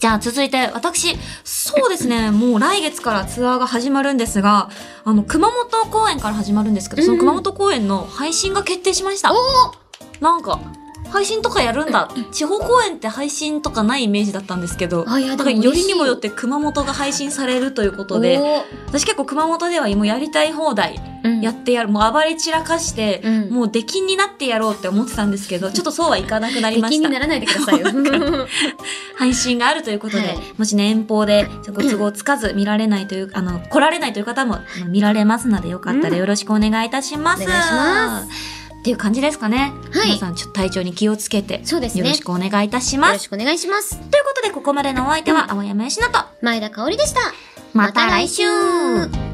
[SPEAKER 2] じゃあ続いて、私、そうですね、もう来月からツアーが始まるんですが、あの、熊本公演から始まるんですけど、その熊本公演の配信が決定しました。なんか、配信とかやるんだ。地方公演って配信とかないイメージだったんですけど、
[SPEAKER 3] あいや
[SPEAKER 2] なんか
[SPEAKER 3] でも嬉
[SPEAKER 2] よ
[SPEAKER 3] しい
[SPEAKER 2] りにもよって熊本が配信されるということで、
[SPEAKER 3] おー
[SPEAKER 2] 私結構熊本ではもうやりたい放題
[SPEAKER 3] うん
[SPEAKER 2] やってやる、もう暴れ散らかして、
[SPEAKER 3] うん
[SPEAKER 2] もう出禁になってやろうって思ってたんですけど、ちょっとそうはいかなくなり
[SPEAKER 3] 出
[SPEAKER 2] まし
[SPEAKER 3] 禁
[SPEAKER 2] た
[SPEAKER 3] にな。らないでくださ いよ。
[SPEAKER 2] 配信があるということで、
[SPEAKER 3] はい
[SPEAKER 2] もしね、遠方でご都合つかず見られないという、あの、来られないという方もあの見られますので、よかったらよろしくお願いいたします。
[SPEAKER 3] うんお願いしま
[SPEAKER 2] っていう感じですかね。
[SPEAKER 3] はい
[SPEAKER 2] 皆さん、ちょっと体調に気をつけて、
[SPEAKER 3] そうですね
[SPEAKER 2] よろしくお願いいたし
[SPEAKER 3] よ
[SPEAKER 2] ま
[SPEAKER 3] ろ
[SPEAKER 2] す。
[SPEAKER 3] しくお願いしま
[SPEAKER 2] と
[SPEAKER 3] す。
[SPEAKER 2] いうことで、ここまでのお相手は、青山よしと、
[SPEAKER 3] 前田香織でした。
[SPEAKER 2] また来週
[SPEAKER 3] また来週